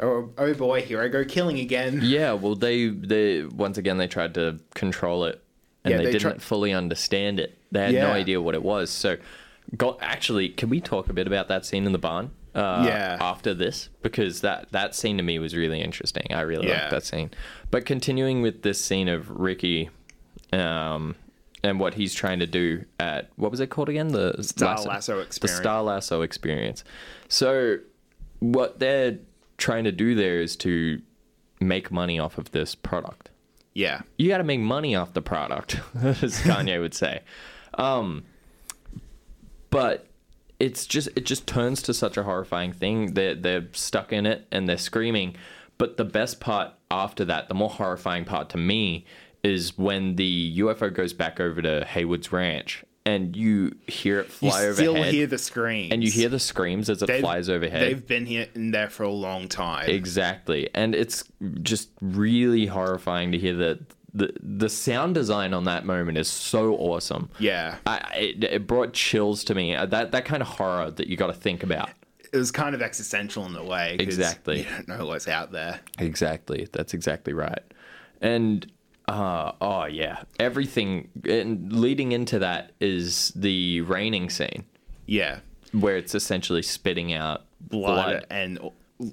Speaker 4: oh, oh boy, here I go killing again.
Speaker 5: Yeah, well, they they once again they tried to control it, and
Speaker 4: Yeah,
Speaker 5: they,
Speaker 4: they
Speaker 5: didn't
Speaker 4: tri-
Speaker 5: fully understand it. They had no
Speaker 4: Yeah.
Speaker 5: idea what it was. So, go actually, can we talk a bit about that scene in the barn? Uh,
Speaker 4: Yeah.
Speaker 5: After this, because that that scene to me was really interesting. I really
Speaker 4: Yeah.
Speaker 5: liked that scene. But continuing with this scene of Ricky, um, and what he's trying to do at what was it called again? The
Speaker 4: Star Lasso
Speaker 5: The
Speaker 4: Experience.
Speaker 5: Star Lasso experience. So what they're trying to do there is to make money off of this product.
Speaker 4: Yeah.
Speaker 5: You got to make money off the product, as Kanye would say. Um, but it's just it just turns to such a horrifying thing. They're they're stuck in it and they're screaming. But the best part after that, the more horrifying part to me, is when the UFO goes back over to Haywood's ranch and you hear it
Speaker 4: You
Speaker 5: fly
Speaker 4: still
Speaker 5: overhead,
Speaker 4: hear the screams,
Speaker 5: and you hear the screams as it
Speaker 4: They've-
Speaker 5: flies overhead.
Speaker 4: They've been here in there for a long time.
Speaker 5: Exactly, and it's just really horrifying to hear that the the sound design on that moment is so awesome.
Speaker 4: yeah.
Speaker 5: I, I- it, it brought chills to me. Uh, That that kind of horror that you got to think about.
Speaker 4: it was kind of existential in a way. 'cause
Speaker 5: Exactly.
Speaker 4: You don't know what's out there.
Speaker 5: Exactly, that's exactly right. And uh, oh yeah, everything and leading into that is the raining scene
Speaker 4: Yeah.
Speaker 5: where it's essentially spitting out
Speaker 4: Blood, and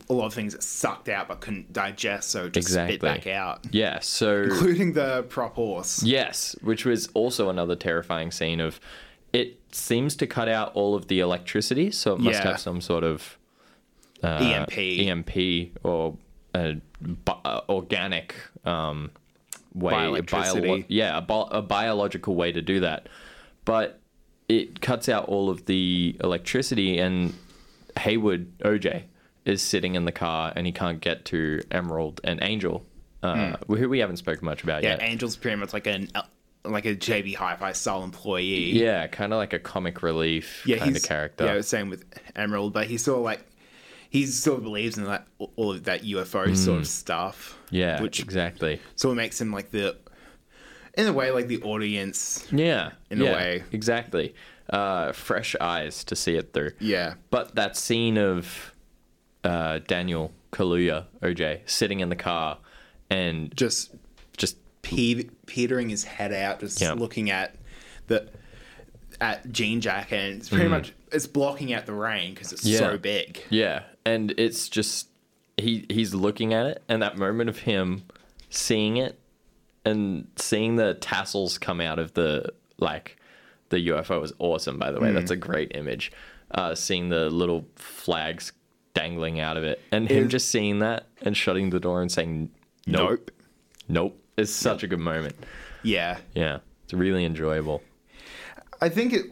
Speaker 4: a lot of things that sucked out but couldn't digest, so it just
Speaker 5: Exactly.
Speaker 4: spit back out.
Speaker 5: Yeah, so
Speaker 4: Including the prop horse.
Speaker 5: Yes, which was also another terrifying scene of it seems to cut out all of the electricity, so it must
Speaker 4: Yeah.
Speaker 5: have some sort of uh,
Speaker 4: E EMP.
Speaker 5: EMP or uh, bi- uh, organic um, way,
Speaker 4: Bioelectricity.
Speaker 5: yeah, a, bi- a biological way to do that. But it cuts out all of the electricity, and Hayward OJ is sitting in the car, and he can't get to Emerald and Angel, uh, who we haven't spoken much about
Speaker 4: Hmm. Yeah,
Speaker 5: yet.
Speaker 4: Angel's pretty much like an like a JB Hi-Fi style employee.
Speaker 5: Yeah, kind of like a comic relief kind of
Speaker 4: he's-
Speaker 5: character.
Speaker 4: Yeah, same with Emerald, but he's sort of like he still believes in that all of that UFO sort of stuff.
Speaker 5: Mm. yeah,
Speaker 4: which
Speaker 5: exactly.
Speaker 4: sort of makes him like the in a way like the audience.
Speaker 5: Yeah,
Speaker 4: in a
Speaker 5: yeah,
Speaker 4: way.
Speaker 5: exactly. Uh, fresh eyes to see it through.
Speaker 4: Yeah.
Speaker 5: But that scene of uh, Daniel Kaluuya OJ sitting in the car and
Speaker 4: Just
Speaker 5: just
Speaker 4: pe- petering his head out, just
Speaker 5: Yeah.
Speaker 4: looking at the at jean jacket. And it's pretty much it's blocking out the rain because it's
Speaker 5: Mm. Yeah.
Speaker 4: so big.
Speaker 5: yeah, and it's just he he's looking at it, and that moment of him seeing it and seeing the tassels come out of the like the UFO is awesome. By the way,
Speaker 4: Hmm.
Speaker 5: that's a great image. Uh, seeing the little flags dangling out of it, and him
Speaker 4: Is-
Speaker 5: just seeing that and shutting the door and saying nope, nope, is such a good moment.
Speaker 4: Yeah,
Speaker 5: Yeah, it's really enjoyable.
Speaker 4: I think it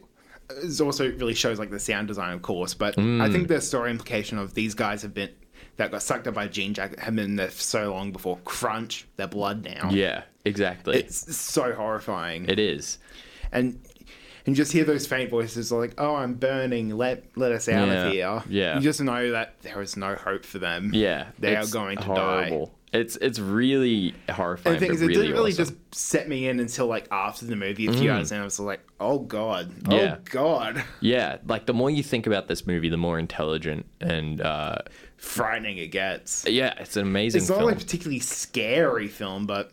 Speaker 4: is also really shows like the sound design, of course. But I
Speaker 5: Mm.
Speaker 4: think the story implication of these guys have been that got sucked up by jean jacket have been in there for so long before crunch their blood now.
Speaker 5: Yeah, exactly.
Speaker 4: It's so horrifying.
Speaker 5: it is.
Speaker 4: and and you just hear those faint voices like, "Oh, I'm burning. Let let us out
Speaker 5: Yeah,
Speaker 4: of here."
Speaker 5: yeah.
Speaker 4: you just know that there is no hope for them.
Speaker 5: Yeah,
Speaker 4: they are
Speaker 5: it's
Speaker 4: going to die.
Speaker 5: horrible. It's it's really horrifying.
Speaker 4: The thing is,
Speaker 5: but
Speaker 4: it
Speaker 5: really
Speaker 4: didn't really
Speaker 5: awesome. Mm.
Speaker 4: just set me in until like after the movie a few hours, and I was like, "Oh God, oh
Speaker 5: Yeah.
Speaker 4: God,
Speaker 5: Yeah, like the more you think about this movie, the more intelligent and uh,
Speaker 4: frightening it gets."
Speaker 5: yeah, it's an amazing
Speaker 4: It's not
Speaker 5: film.
Speaker 4: like a particularly scary film, but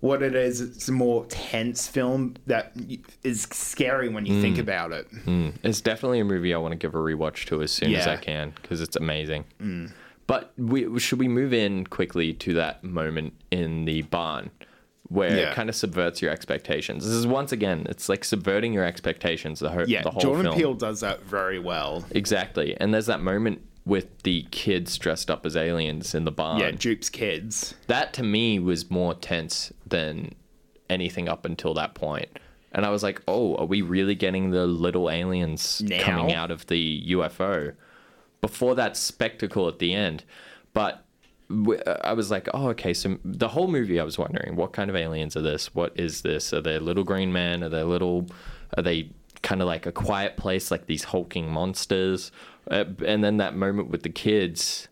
Speaker 4: what it is, it's a more tense film that y- is scary when you
Speaker 5: Mm.
Speaker 4: think about it.
Speaker 5: it's definitely a movie I want to give a rewatch to as soon as I
Speaker 4: Yeah. Mm.
Speaker 5: can because it's amazing. But we should we move in quickly to that moment in the barn where it
Speaker 4: Yeah.
Speaker 5: kind of subverts your expectations. This is once again, it's like subverting your expectations. The, ho-
Speaker 4: Yeah,
Speaker 5: the whole
Speaker 4: Jordan
Speaker 5: film.
Speaker 4: Peele does that very well.
Speaker 5: exactly. And there's that moment with the kids dressed up as aliens in the barn.
Speaker 4: Yeah, Jupe's kids.
Speaker 5: that to me was more tense than anything up until that point. And I was like, oh, are we really getting the little aliens
Speaker 4: Now?
Speaker 5: coming out of the UFO? before that spectacle at the end. But w- I was like, oh, okay. So the whole movie, I was wondering, what kind of aliens are this? What is this? Are they little green men? Are they little? Are they kind of like a quiet place, like these hulking monsters? Uh, and then that moment with the kids.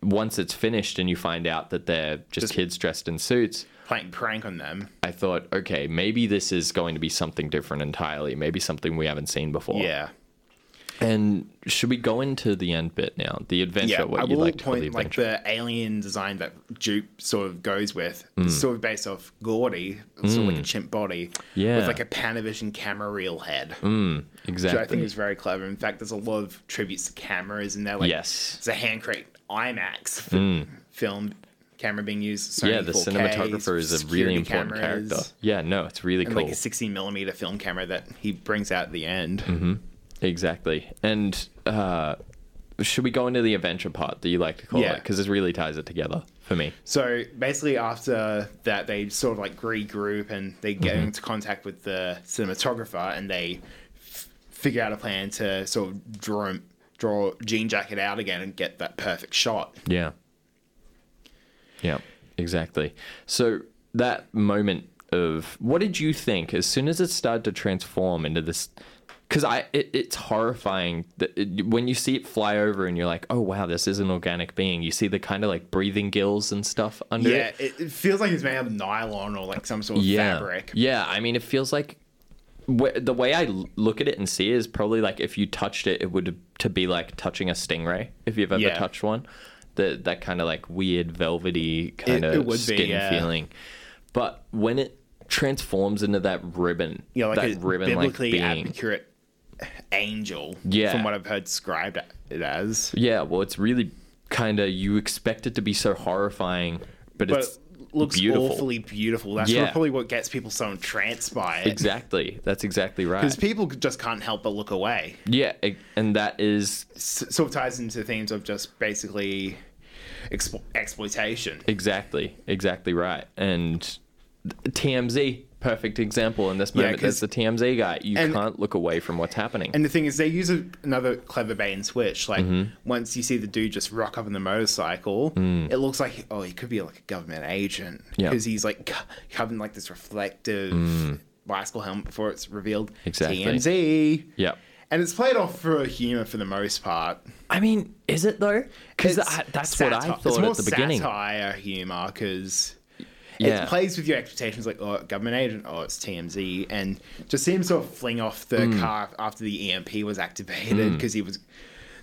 Speaker 5: Once it's finished and you find out that they're just
Speaker 4: Just-
Speaker 5: kids dressed in suits,
Speaker 4: playing prank on them.
Speaker 5: I thought, okay, maybe this is going to be something different entirely. Maybe something we haven't seen before.
Speaker 4: Yeah.
Speaker 5: And should we go into the end bit now? The adventure,
Speaker 4: Yeah,
Speaker 5: what
Speaker 4: I
Speaker 5: you
Speaker 4: will
Speaker 5: like to call the
Speaker 4: point like
Speaker 5: adventure.
Speaker 4: the alien design that Duke sort of goes with,
Speaker 5: Mm.
Speaker 4: is sort of based off Gordy, sort of like a chimp body,
Speaker 5: Yeah. Mm.
Speaker 4: with like a Panavision camera reel head,
Speaker 5: exactly.
Speaker 4: which I think is very clever. In fact, there's a lot of tributes to cameras in there. Like,
Speaker 5: Yes. Mm.
Speaker 4: it's a hand crate IMAX f- film camera being used. Sony
Speaker 5: yeah, the
Speaker 4: 4K,
Speaker 5: cinematographer is a really
Speaker 4: security
Speaker 5: important
Speaker 4: cameras,
Speaker 5: character. Yeah, no, it's really
Speaker 4: And
Speaker 5: cool.
Speaker 4: like a 60 millimeter film camera that he brings out at the end.
Speaker 5: Exactly. And uh, should we go into the adventure part that you like to call
Speaker 4: Yeah.
Speaker 5: it? Because it really ties it together for me.
Speaker 4: So basically, after that, they sort of like regroup and they get
Speaker 5: Mm-hmm.
Speaker 4: into contact with the cinematographer and they f- figure out a plan to sort of draw him- draw Jean Jacket out again and get that perfect shot.
Speaker 5: Yeah. Yeah, exactly. So that moment of what did you think as soon as it started to transform into this? Because I, it, it's horrifying that it, when you see it fly over and you're like, oh wow, this is an organic being. You see the kind of like breathing gills and stuff under
Speaker 4: Yeah,
Speaker 5: it.
Speaker 4: it, it feels like it's made out of nylon or like some sort of fabric.
Speaker 5: Yeah, I mean, it feels like wh- the way I l- look at it and see it is probably like if you touched it, it would to be like touching a stingray. If you've ever
Speaker 4: Yeah.
Speaker 5: touched one, that that kind of like weird velvety kind
Speaker 4: it
Speaker 5: of
Speaker 4: would be,
Speaker 5: skin
Speaker 4: yeah.
Speaker 5: feeling. But when it transforms into that ribbon,
Speaker 4: You know, like
Speaker 5: that
Speaker 4: a
Speaker 5: ribbon-like
Speaker 4: biblically
Speaker 5: being,
Speaker 4: accurate angel.
Speaker 5: Yeah.
Speaker 4: from what I've heard described it as.
Speaker 5: yeah. Well, it's really kind of you expect it to be so horrifying, but,
Speaker 4: But
Speaker 5: it's
Speaker 4: it looks
Speaker 5: beautiful.
Speaker 4: awfully beautiful. That's
Speaker 5: Yeah.
Speaker 4: probably what gets people so entranced by it.
Speaker 5: Exactly. That's exactly right.
Speaker 4: Because people just can't help but look away.
Speaker 5: Yeah, e- and that is
Speaker 4: s- sort of ties into themes of just basically expo- exploitation.
Speaker 5: Exactly, exactly right. And TMZ, perfect example in this moment. There's
Speaker 4: 'cause-
Speaker 5: the TMZ guy. You
Speaker 4: and-
Speaker 5: can't look away from what's happening.
Speaker 4: And the thing is, they use a, another clever bait and switch. Like
Speaker 5: Mm-hmm.
Speaker 4: once you see the dude just rock up on the motorcycle, it looks like oh, he could be like a government agent
Speaker 5: Mm. Yeah. Mm.
Speaker 4: because he's like co- covered in like this reflective bicycle helmet before it's revealed.
Speaker 5: Exactly.
Speaker 4: TMZ.
Speaker 5: yeah.
Speaker 4: And it's played off for humor for the most part.
Speaker 5: I mean, is it though? Because
Speaker 4: It's
Speaker 5: that's what I
Speaker 4: satire-
Speaker 5: thought
Speaker 4: it's more
Speaker 5: at the beginning.
Speaker 4: Satire humor because
Speaker 5: Yeah.
Speaker 4: it plays with your expectations, like oh, government agent, oh, it's TMZ, and just see him sort of fling off the
Speaker 5: Mm.
Speaker 4: car after the EMP was activated because he was.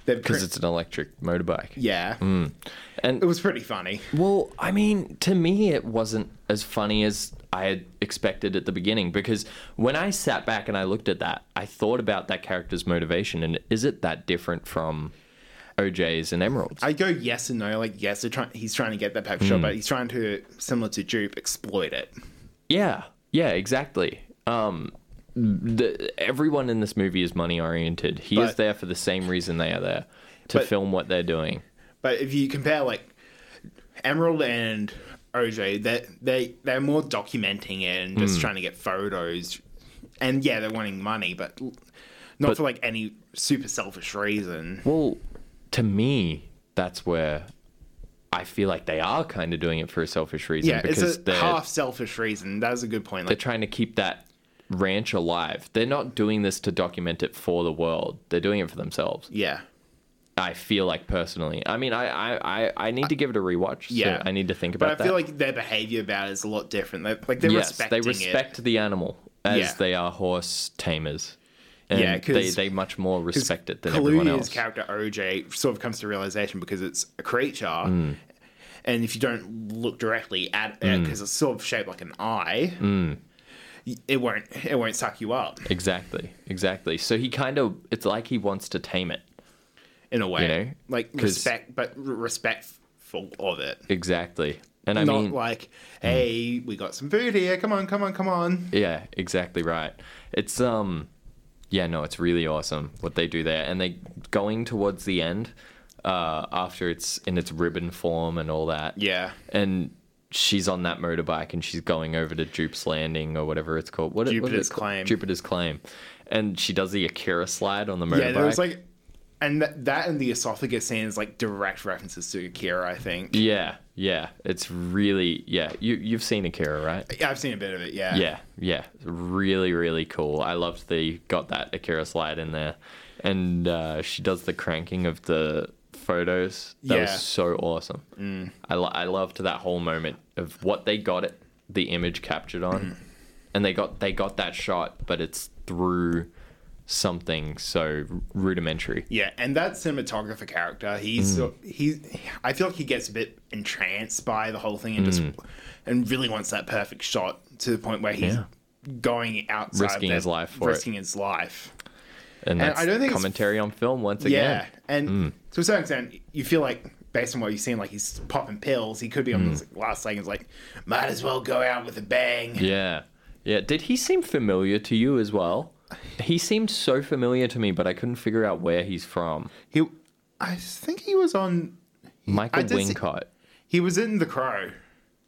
Speaker 5: because Mm. it's Mm. an electric motorbike.
Speaker 4: yeah,
Speaker 5: And
Speaker 4: it was pretty funny.
Speaker 5: Well, I mean, to me, it wasn't as funny as I had expected at the beginning because when I sat back and I looked at that, I thought about that character's motivation and is it that different from OJ's and Emerald's?
Speaker 4: I go yes and no, like yes, they're trying, he's trying to get that pep
Speaker 5: Mm.
Speaker 4: shot, but he's trying to similar to Dupe exploit it.
Speaker 5: Yeah, yeah, exactly. Um, the, everyone in this movie is money oriented. He is
Speaker 4: But-
Speaker 5: there for the same reason they are there to
Speaker 4: But-
Speaker 5: film what they're doing.
Speaker 4: But if you compare like Emerald and OJ, they they they're more documenting it and
Speaker 5: Hmm.
Speaker 4: just trying to get photos, and yeah, they're wanting money, but l- not for like any super selfish reason.
Speaker 5: Well, to me, that's where I feel like they are kind of doing it for a selfish reason
Speaker 4: Yeah,
Speaker 5: because
Speaker 4: it's a
Speaker 5: they're
Speaker 4: half selfish reason. That was a good point.
Speaker 5: they're
Speaker 4: Like,
Speaker 5: trying to keep that ranch alive. They're not doing this to document it for the world. They're doing it for themselves.
Speaker 4: yeah,
Speaker 5: I feel like personally. I mean, I I, I, I need to give it a rewatch.
Speaker 4: yeah.
Speaker 5: so I need to think
Speaker 4: but
Speaker 5: about
Speaker 4: I
Speaker 5: that.
Speaker 4: feel like their behavior about it is a lot different. They're, like they're
Speaker 5: yes,
Speaker 4: respecting
Speaker 5: they
Speaker 4: it.
Speaker 5: respect the animal as
Speaker 4: Yeah.
Speaker 5: they are horse tamers. And
Speaker 4: Yeah,
Speaker 5: they
Speaker 4: 'cause-
Speaker 5: they much more respect it than everyone
Speaker 4: Kaluuya's
Speaker 5: else.
Speaker 4: character OJ sort of comes to realization because it's a creature,
Speaker 5: Hmm.
Speaker 4: and if you don't look directly at it because it's sort of shaped like an eye,
Speaker 5: Hmm.
Speaker 4: y- it won't it won't suck you up
Speaker 5: exactly, exactly. So he kind of it's like he wants to tame it.
Speaker 4: in a way,
Speaker 5: You know,
Speaker 4: like
Speaker 5: 'cause-
Speaker 4: respect, but r- respectful of it.
Speaker 5: Exactly, and I
Speaker 4: Not
Speaker 5: mean, hmm.
Speaker 4: like, hey, we got some food here. Come on, come on, come on.
Speaker 5: yeah, exactly right. It's um, yeah, no, it's really awesome what they do there, and they going towards the end, uh, after it's in its ribbon form and all that.
Speaker 4: Yeah.
Speaker 5: and she's on that motorbike and she's going over to Jupe's Landing or whatever it's called. What, what is it
Speaker 4: Jupiter's
Speaker 5: called?
Speaker 4: Claim.
Speaker 5: Jupiter's Claim. And she does the Akira slide on the motorbike.
Speaker 4: Yeah, there was like, I and th- that and the esophagus scene is like direct references to Akira, I think.
Speaker 5: Yeah, yeah. It's really yeah. You you've seen Akira, right?
Speaker 4: Yeah, I've seen a bit of it. Yeah.
Speaker 5: Yeah, yeah. Really, really cool. I loved the got that Akira slide in there, and uh, she does the cranking of the photos. That
Speaker 4: Yeah.
Speaker 5: was so awesome. Mm. I lo- I loved that whole moment of what they got it, the image captured on,
Speaker 4: Mm-hmm.
Speaker 5: and they got they got that shot, but it's through something so rudimentary.
Speaker 4: Yeah, and that cinematographer character,
Speaker 5: Mm.
Speaker 4: he's he's I feel like he gets a bit entranced by the whole thing and
Speaker 5: Mm.
Speaker 4: just and really wants that perfect shot to the point where he's
Speaker 5: Yeah.
Speaker 4: going outside
Speaker 5: Risking
Speaker 4: that-
Speaker 5: his life for it.
Speaker 4: risking his life.
Speaker 5: And that's
Speaker 4: I don't think it's-
Speaker 5: commentary on film once
Speaker 4: Yeah,
Speaker 5: again.
Speaker 4: and
Speaker 5: Mm.
Speaker 4: to a certain extent, you feel like based on what you've seen, like he's popping pills. He could be
Speaker 5: Mm.
Speaker 4: on the last seconds, like might as well go out with a bang.
Speaker 5: Yeah. Yeah. Did he seem familiar to you as well? He seemed so familiar to me, but I couldn't figure out where he's from.
Speaker 4: He, I think he was on.
Speaker 5: Michael
Speaker 4: did see-
Speaker 5: Wincott.
Speaker 4: He was in The Crow.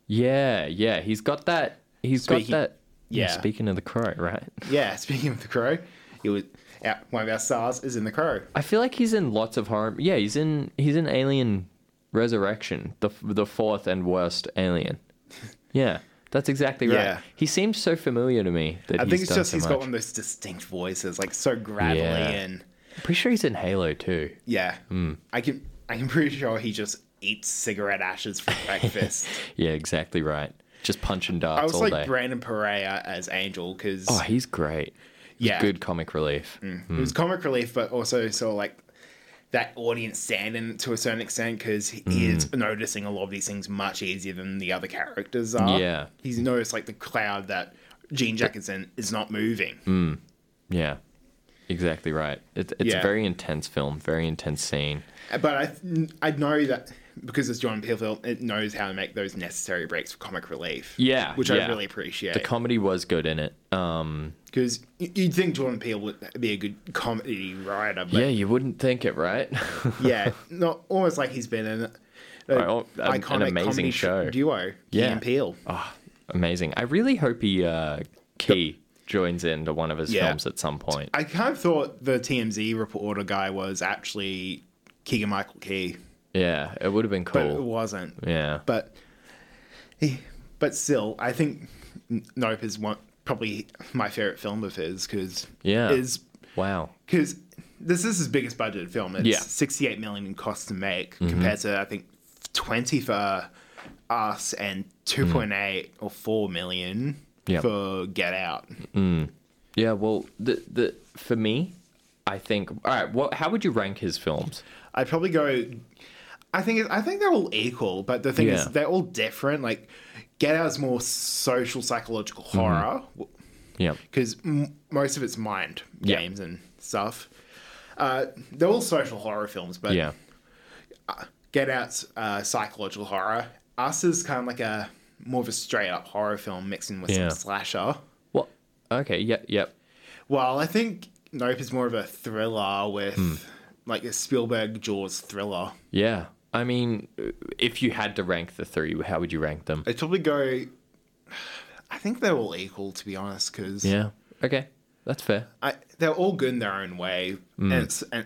Speaker 5: Yeah, yeah. He's got that He's
Speaker 4: Speaking-
Speaker 5: got that
Speaker 4: yeah.
Speaker 5: Speaking of the crow, right?
Speaker 4: Yeah, speaking of The Crow, he was. Yeah, one of our stars is in The Crow.
Speaker 5: I feel like he's in lots of horror yeah, he's in he's in Alien Resurrection, the f- the fourth and worst alien. Yeah. That's exactly right.
Speaker 4: Yeah.
Speaker 5: He seems so familiar to me that
Speaker 4: I
Speaker 5: he's
Speaker 4: think it's
Speaker 5: done
Speaker 4: just
Speaker 5: so
Speaker 4: he's
Speaker 5: much.
Speaker 4: got one of those distinct voices, like so gravelly
Speaker 5: Yeah. Hmm.
Speaker 4: and
Speaker 5: Pretty sure he's in Halo too.
Speaker 4: yeah. I can I'm pretty sure he just eats cigarette ashes for breakfast.
Speaker 5: Yeah, exactly right. Just punching
Speaker 4: I
Speaker 5: darts
Speaker 4: was
Speaker 5: all
Speaker 4: like
Speaker 5: day.
Speaker 4: Brandon Perea as Angel because
Speaker 5: Oh, he's great. He's
Speaker 4: Yeah. mm,
Speaker 5: Good Hmm. comic relief.
Speaker 4: it was comic relief, but also sort of like that audience stand in to a certain extent because
Speaker 5: Hmm.
Speaker 4: he he is noticing a lot of these things much easier than the other characters are.
Speaker 5: Yeah.
Speaker 4: he's noticed like the cloud that Gene Jackson is not moving.
Speaker 5: Yeah. Exactly right. It, it's
Speaker 4: Yeah.
Speaker 5: a very intense film, very intense scene.
Speaker 4: But I th- I know that because it's John Peelfield, it knows how to make those necessary breaks for comic relief.
Speaker 5: Yeah,
Speaker 4: which I
Speaker 5: yeah.
Speaker 4: really appreciate.
Speaker 5: The comedy was good in it. Um,
Speaker 4: Because you'd think Jordan Peele would be a good comedy writer, but
Speaker 5: yeah,
Speaker 4: yeah,
Speaker 5: you wouldn't think it, right?
Speaker 4: not almost like he's been in a, a
Speaker 5: Oh, an- an
Speaker 4: iconic
Speaker 5: amazing
Speaker 4: comedy
Speaker 5: show.
Speaker 4: duo.
Speaker 5: Yeah.
Speaker 4: Yeah, and Peele.
Speaker 5: oh, amazing. I really hope he uh, Key joins into one of his
Speaker 4: Yeah.
Speaker 5: films at some point.
Speaker 4: I kind of thought the TMZ reporter guy was actually Keegan Michael Key,
Speaker 5: Yeah, it would have been
Speaker 4: but it
Speaker 5: cool.
Speaker 4: wasn't.
Speaker 5: Yeah.
Speaker 4: But he, but still, I think N- Nope is one probably my favorite film of his because
Speaker 5: Yeah.
Speaker 4: is
Speaker 5: Wow.
Speaker 4: because this is his biggest budget film. It's
Speaker 5: Yeah. Mm-hmm.
Speaker 4: 68 million in cost to make compared to I think 20 for us and 2.8 or 4 million
Speaker 5: Mm-hmm. Yeah.
Speaker 4: for Get Out.
Speaker 5: Yeah, well, the the for me, I think all right, what how would you rank his films?
Speaker 4: I'd probably go. I think it- I think they're all equal, but the thing is,
Speaker 5: Yeah.
Speaker 4: they're all different. Like Get Out is more social psychological
Speaker 5: Mm-hmm.
Speaker 4: horror
Speaker 5: Yeah.
Speaker 4: because m- most of it's mind
Speaker 5: Yeah.
Speaker 4: games and stuff. Uh, they're all social horror films, but
Speaker 5: Yeah.
Speaker 4: Get Out's uh, psychological horror. Us is kind of like a more of a straight up horror film mixed in with
Speaker 5: Yeah.
Speaker 4: some slasher.
Speaker 5: Well, okay, yeah, yep.
Speaker 4: Well, I think Nope is more of a thriller with
Speaker 5: Hmm.
Speaker 4: like a Spielberg Jaws thriller.
Speaker 5: Yeah. I mean, if you had to rank the three, how would you rank them?
Speaker 4: I'd probably go. I think they're all equal to be honest, because
Speaker 5: Yeah. Okay. That's fair.
Speaker 4: they're all good in their own way,
Speaker 5: Hmm.
Speaker 4: and it's and,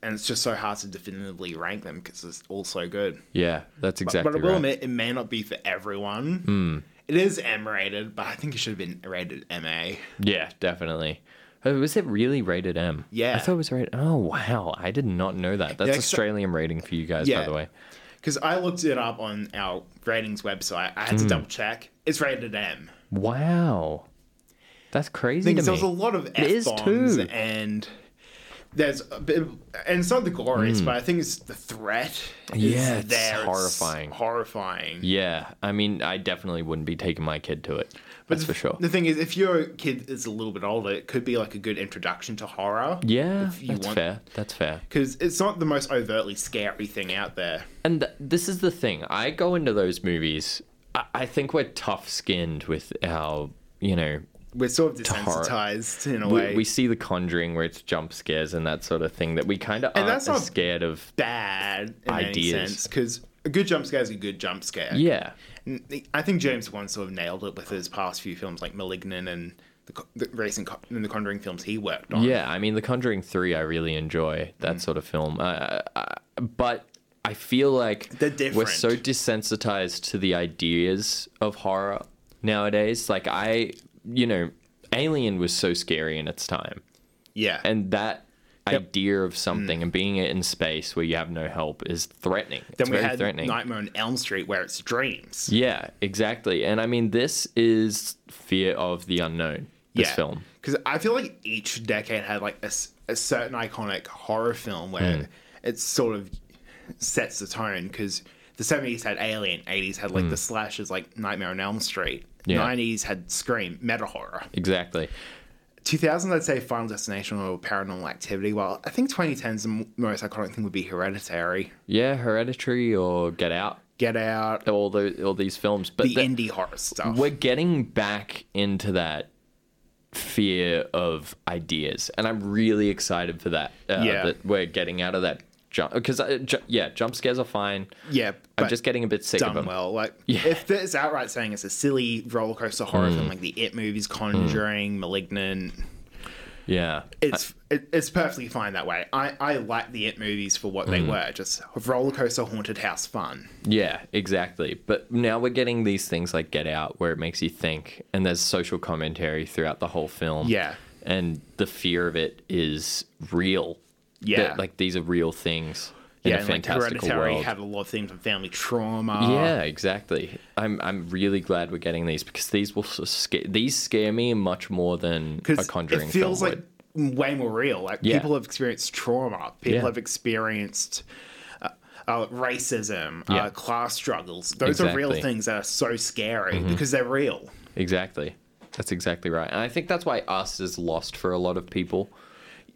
Speaker 4: and it's just so hard to definitively rank them because it's all so good.
Speaker 5: Yeah, that's
Speaker 4: But-
Speaker 5: exactly
Speaker 4: but I will
Speaker 5: right. Hmm.
Speaker 4: admit, it may not be for everyone. It is M rated, but I think it should have been rated MA.
Speaker 5: Yeah, definitely. Oh, was it really rated M?
Speaker 4: Yeah.
Speaker 5: I thought it was rated. Oh wow, I did not know that. That's
Speaker 4: Yeah, 'cause-
Speaker 5: Australian rating for you guys, by
Speaker 4: Yeah.
Speaker 5: the way.
Speaker 4: Because I looked it up on our ratings website. I had
Speaker 5: Hmm.
Speaker 4: to double check. It's rated M.
Speaker 5: Wow, that's crazy to
Speaker 4: Because there
Speaker 5: me.
Speaker 4: was a lot of
Speaker 5: It
Speaker 4: F
Speaker 5: is
Speaker 4: bombs
Speaker 5: too.
Speaker 4: and there's a bit, of- and it's not the glorious, but I think it's the threat. is
Speaker 5: Hmm. Yeah, it's
Speaker 4: there.
Speaker 5: horrifying.
Speaker 4: horrifying.
Speaker 5: yeah, I mean, I definitely wouldn't be taking my kid to it. That's for
Speaker 4: the,
Speaker 5: sure.
Speaker 4: The thing is, if your kid is a little bit older, it could be like a good introduction to horror.
Speaker 5: yeah,
Speaker 4: you
Speaker 5: that's
Speaker 4: want-
Speaker 5: fair. That's fair.
Speaker 4: Because it's not the most overtly scary thing out there.
Speaker 5: And th- this is the thing. I go into those movies. I, I think we're tough skinned with our, you know,
Speaker 4: We're sort of
Speaker 5: horror.
Speaker 4: desensitized in a way.
Speaker 5: we, we see the Conjuring where it's jump scares and that sort of thing that we kind of aren't
Speaker 4: that's
Speaker 5: as
Speaker 4: not-
Speaker 5: scared of.
Speaker 4: bad in any
Speaker 5: Ideas.
Speaker 4: sense. Because a good jump scare is a good jump scare.
Speaker 5: Yeah,
Speaker 4: I think James Wan sort of nailed it with his past few films like Malignant and the, co- the recent co- and the Conjuring films he worked on.
Speaker 5: Yeah, I mean, The Conjuring Three, I really enjoy that
Speaker 4: Mm.
Speaker 5: sort of film, uh, uh, but I feel like
Speaker 4: They're
Speaker 5: we're
Speaker 4: different.
Speaker 5: so desensitized to the ideas of horror nowadays. Like I, you know, Alien was so scary in its time,
Speaker 4: yeah,
Speaker 5: and that. Idea of something and being in space where you have no help is threatening. It's
Speaker 4: Mm. then we
Speaker 5: very
Speaker 4: had
Speaker 5: threatening.
Speaker 4: Nightmare on Elm Street where it's dreams.
Speaker 5: Yeah, exactly. And I mean, this is fear of the unknown. This film.
Speaker 4: Because I feel like each decade had like a, s- a certain iconic horror film where
Speaker 5: Mm.
Speaker 4: it sort of sets the tone. Because the 70s had Alien, 80s had like the slashes like Nightmare on Elm Street,
Speaker 5: Mm. Yeah.
Speaker 4: 90s had Scream, meta horror.
Speaker 5: Exactly.
Speaker 4: 2000s, I'd say Final Destination or Paranormal Activity. Well, I think 2010's the m- most iconic thing would be Hereditary,
Speaker 5: Yeah, Hereditary or Get Out,
Speaker 4: Get Out,
Speaker 5: all the all these films. But
Speaker 4: the
Speaker 5: the-
Speaker 4: indie horror stuff.
Speaker 5: we're getting back into that fear of ideas, and I'm really excited for that. Uh,
Speaker 4: Yeah.
Speaker 5: that we're getting out of that jump because ju- yeah, jump scares are fine.
Speaker 4: yeah,
Speaker 5: I'm
Speaker 4: but-
Speaker 5: just getting a bit sick of
Speaker 4: done
Speaker 5: them.
Speaker 4: well. Like
Speaker 5: Yeah. Mm.
Speaker 4: if it's outright saying it's a silly roller coaster horror film, like the It movies, Conjuring, Malignant,
Speaker 5: Yeah,
Speaker 4: it's it, it's perfectly fine that way. I I like the It movies for what
Speaker 5: Mm.
Speaker 4: they were, just roller coaster haunted house fun.
Speaker 5: Yeah, exactly. But now we're getting these things like Get Out, where it makes you think, and there's social commentary throughout the whole film.
Speaker 4: Yeah.
Speaker 5: and the fear of it is real.
Speaker 4: Yeah.
Speaker 5: That, like these are real things in
Speaker 4: yeah,
Speaker 5: a
Speaker 4: and like
Speaker 5: fantastical
Speaker 4: Hereditary
Speaker 5: world.
Speaker 4: had a lot of themes on family trauma.
Speaker 5: yeah, exactly. I'm I'm really glad we're getting these because these will s- sca- these scare me much more than a
Speaker 4: because
Speaker 5: Conjuring
Speaker 4: it feels
Speaker 5: film
Speaker 4: like
Speaker 5: would.
Speaker 4: way more real. Like
Speaker 5: Yeah.
Speaker 4: people have experienced trauma. People
Speaker 5: Yeah.
Speaker 4: have experienced. Uh, uh, racism,
Speaker 5: Yeah.
Speaker 4: uh, class struggles. Those are real
Speaker 5: Exactly. Mm-hmm.
Speaker 4: things that are so scary because they're real.
Speaker 5: Exactly. That's exactly right. And I think that's why Us is lost for a lot of people.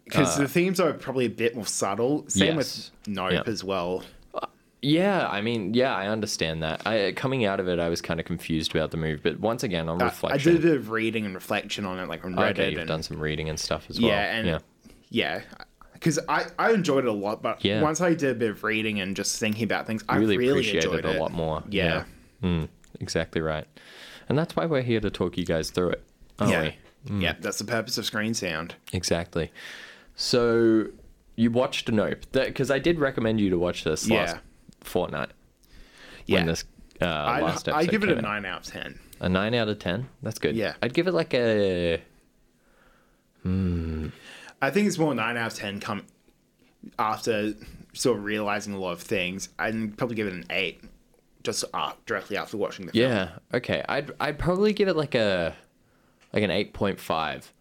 Speaker 4: because the themes are probably a bit more subtle. Same
Speaker 5: Uh, Yes.
Speaker 4: with Nope
Speaker 5: Yeah.
Speaker 4: as well.
Speaker 5: Yeah, I mean, yeah, I understand that. I coming out of it, I was kind of confused about the movie, but once again, on
Speaker 4: I- I
Speaker 5: reflection, Oh,
Speaker 4: did a bit of reading and reflection on it, like on Reddit.
Speaker 5: okay, you've
Speaker 4: and,
Speaker 5: done some reading and stuff as well.
Speaker 4: yeah, and yeah, because I I enjoyed it a lot, but
Speaker 5: Yeah.
Speaker 4: once I did a bit of reading and just thinking about things, I
Speaker 5: really,
Speaker 4: really,
Speaker 5: appreciate
Speaker 4: enjoyed
Speaker 5: it a lot more.
Speaker 4: Yeah.
Speaker 5: Mm, exactly right, and that's why we're here to talk you guys through it, aren't
Speaker 4: Yeah,
Speaker 5: we?
Speaker 4: yeah, that's the purpose of Screen Sound.
Speaker 5: Exactly. So you watched Nope because I did recommend you to watch this last
Speaker 4: Yeah.
Speaker 5: fortnight
Speaker 4: Yeah,
Speaker 5: when this uh,
Speaker 4: I
Speaker 5: last episode
Speaker 4: I give it
Speaker 5: came
Speaker 4: a
Speaker 5: out.
Speaker 4: nine out of ten.
Speaker 5: A nine out of ten. That's good.
Speaker 4: Yeah.
Speaker 5: I'd give it like a
Speaker 4: I think it's more nine out of ten come after sort of realizing a lot of things. I'd probably give it an eight, just uh, directly after watching the film.
Speaker 5: Yeah. Okay. I'd I'd probably give it like a like an eight point five.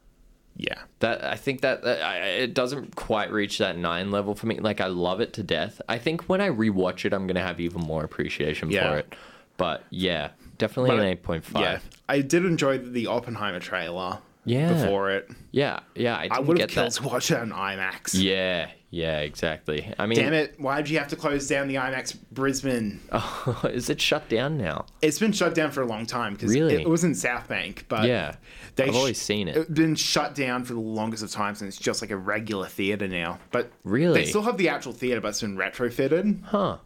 Speaker 4: Yeah.
Speaker 5: That I think that, that I, I- it doesn't quite reach that nine level for me. Like I love it to death. I think when I rewatch it, I'm gonna have even more appreciation
Speaker 4: Yeah.
Speaker 5: for it. But yeah, definitely
Speaker 4: But-
Speaker 5: an eight point
Speaker 4: Yeah,
Speaker 5: five.
Speaker 4: I did enjoy the Oppenheimer trailer.
Speaker 5: Yeah.
Speaker 4: Before it,
Speaker 5: Yeah. Yeah. I didn't
Speaker 4: I would
Speaker 5: get
Speaker 4: have killed
Speaker 5: that.
Speaker 4: to watch it on IMAX.
Speaker 5: Yeah. Yeah. Exactly. I mean,
Speaker 4: Damn it! Why did you have to close down the IMAX Brisbane?
Speaker 5: is it shut down now?
Speaker 4: It's been shut down for a long time because
Speaker 5: Really?
Speaker 4: it was in South Bank, but
Speaker 5: Yeah.
Speaker 4: Uh, they uh,
Speaker 5: I've always seen it.
Speaker 4: It's been shut down for the longest of times, and it's just like a regular theater now. But
Speaker 5: Really?
Speaker 4: they still have the actual theater, but it's been retrofitted.
Speaker 5: Huh.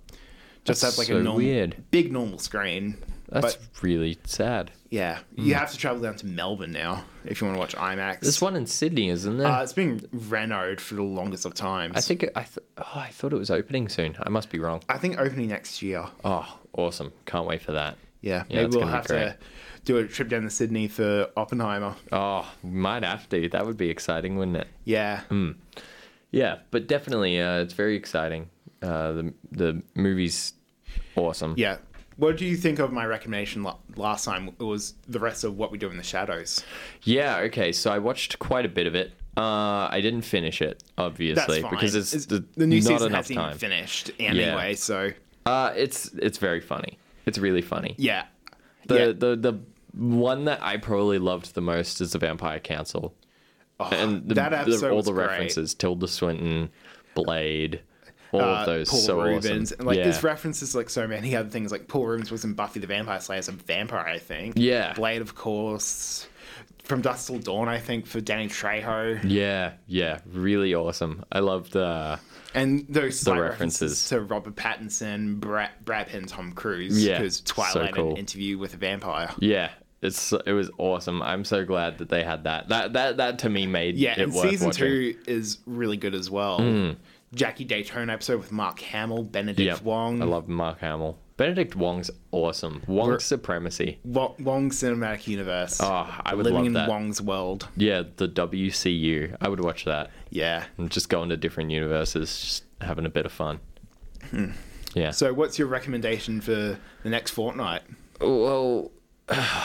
Speaker 4: Just
Speaker 5: That's
Speaker 4: have like
Speaker 5: so
Speaker 4: a normal,
Speaker 5: weird.
Speaker 4: big normal screen.
Speaker 5: That's mm.
Speaker 4: but
Speaker 5: really sad.
Speaker 4: yeah, you have to travel down to Melbourne now if you want to watch IMAX.
Speaker 5: There's one in Sydney, isn't there?
Speaker 4: Uh, it's been renoed for the longest of times.
Speaker 5: I think it- I th- oh, I thought it was opening soon. I must be wrong.
Speaker 4: I think opening next year.
Speaker 5: Oh, awesome! Can't wait for that.
Speaker 4: Yeah,
Speaker 5: Yeah, it's
Speaker 4: maybe
Speaker 5: gonna
Speaker 4: we'll
Speaker 5: be
Speaker 4: have to do a trip down to Sydney for Oppenheimer.
Speaker 5: Oh, we might have to. That would be exciting, wouldn't it?
Speaker 4: Yeah,
Speaker 5: Hmm. Yeah, but definitely, uh, it's very exciting. Uh, the the movie's awesome.
Speaker 4: yeah. What do you think of my recommendation la- last time? It was the rest of what we do in the shadows.
Speaker 5: Yeah, Okay. So I watched quite a bit of it. Uh, I didn't finish it,
Speaker 4: That's
Speaker 5: obviously,
Speaker 4: fine
Speaker 5: because it's,
Speaker 4: the,
Speaker 5: the,
Speaker 4: new
Speaker 5: not
Speaker 4: season
Speaker 5: enough
Speaker 4: hasn't
Speaker 5: time.
Speaker 4: even finished anyway. So
Speaker 5: Uh, it's it's very funny. It's really funny.
Speaker 4: yeah,
Speaker 5: The
Speaker 4: yeah.
Speaker 5: the the one that I probably loved the most is the Vampire Council. and the,
Speaker 4: Oh, that
Speaker 5: the-
Speaker 4: episode
Speaker 5: all
Speaker 4: was
Speaker 5: the
Speaker 4: great.
Speaker 5: references, Tilda Swinton, Blade, all
Speaker 4: Uh,
Speaker 5: of those
Speaker 4: Paul
Speaker 5: so
Speaker 4: Rubens,
Speaker 5: awesome.
Speaker 4: and like
Speaker 5: yeah.
Speaker 4: this references like so many other things. Like Paul Rubens was in Buffy the Vampire Slayer as a vampire, I think.
Speaker 5: Yeah.
Speaker 4: Blade, of course. From Dust Till Dawn, I think for Danny Trejo.
Speaker 5: yeah, yeah, really awesome. I loved uh
Speaker 4: And those slight
Speaker 5: references.
Speaker 4: references. to Robert Pattinson, Brad, Brad Pitt, and Tom Cruise.
Speaker 5: Yeah,
Speaker 4: because
Speaker 5: so
Speaker 4: Twilight
Speaker 5: cool.
Speaker 4: an interview with a vampire.
Speaker 5: yeah, It's so- it was awesome. I'm so glad that they had that. That that that to me made
Speaker 4: Yeah,
Speaker 5: it
Speaker 4: and
Speaker 5: worth
Speaker 4: season
Speaker 5: watching.
Speaker 4: two is really good as well. Jackie Daytona episode with Mark Hamill, Benedict
Speaker 5: Yep.
Speaker 4: Wong.
Speaker 5: I love Mark Hamill. Benedict Wong's awesome. Wong's supremacy.
Speaker 4: Wo- Wong's cinematic universe.
Speaker 5: Oh, I would
Speaker 4: Living
Speaker 5: love
Speaker 4: in
Speaker 5: that.
Speaker 4: Wong's world.
Speaker 5: Yeah, the WCU. I would watch that.
Speaker 4: Yeah.
Speaker 5: And just going to different universes, just having a bit of fun.
Speaker 4: Hmm.
Speaker 5: Yeah.
Speaker 4: So, what's your recommendation for the next fortnight?
Speaker 5: Well,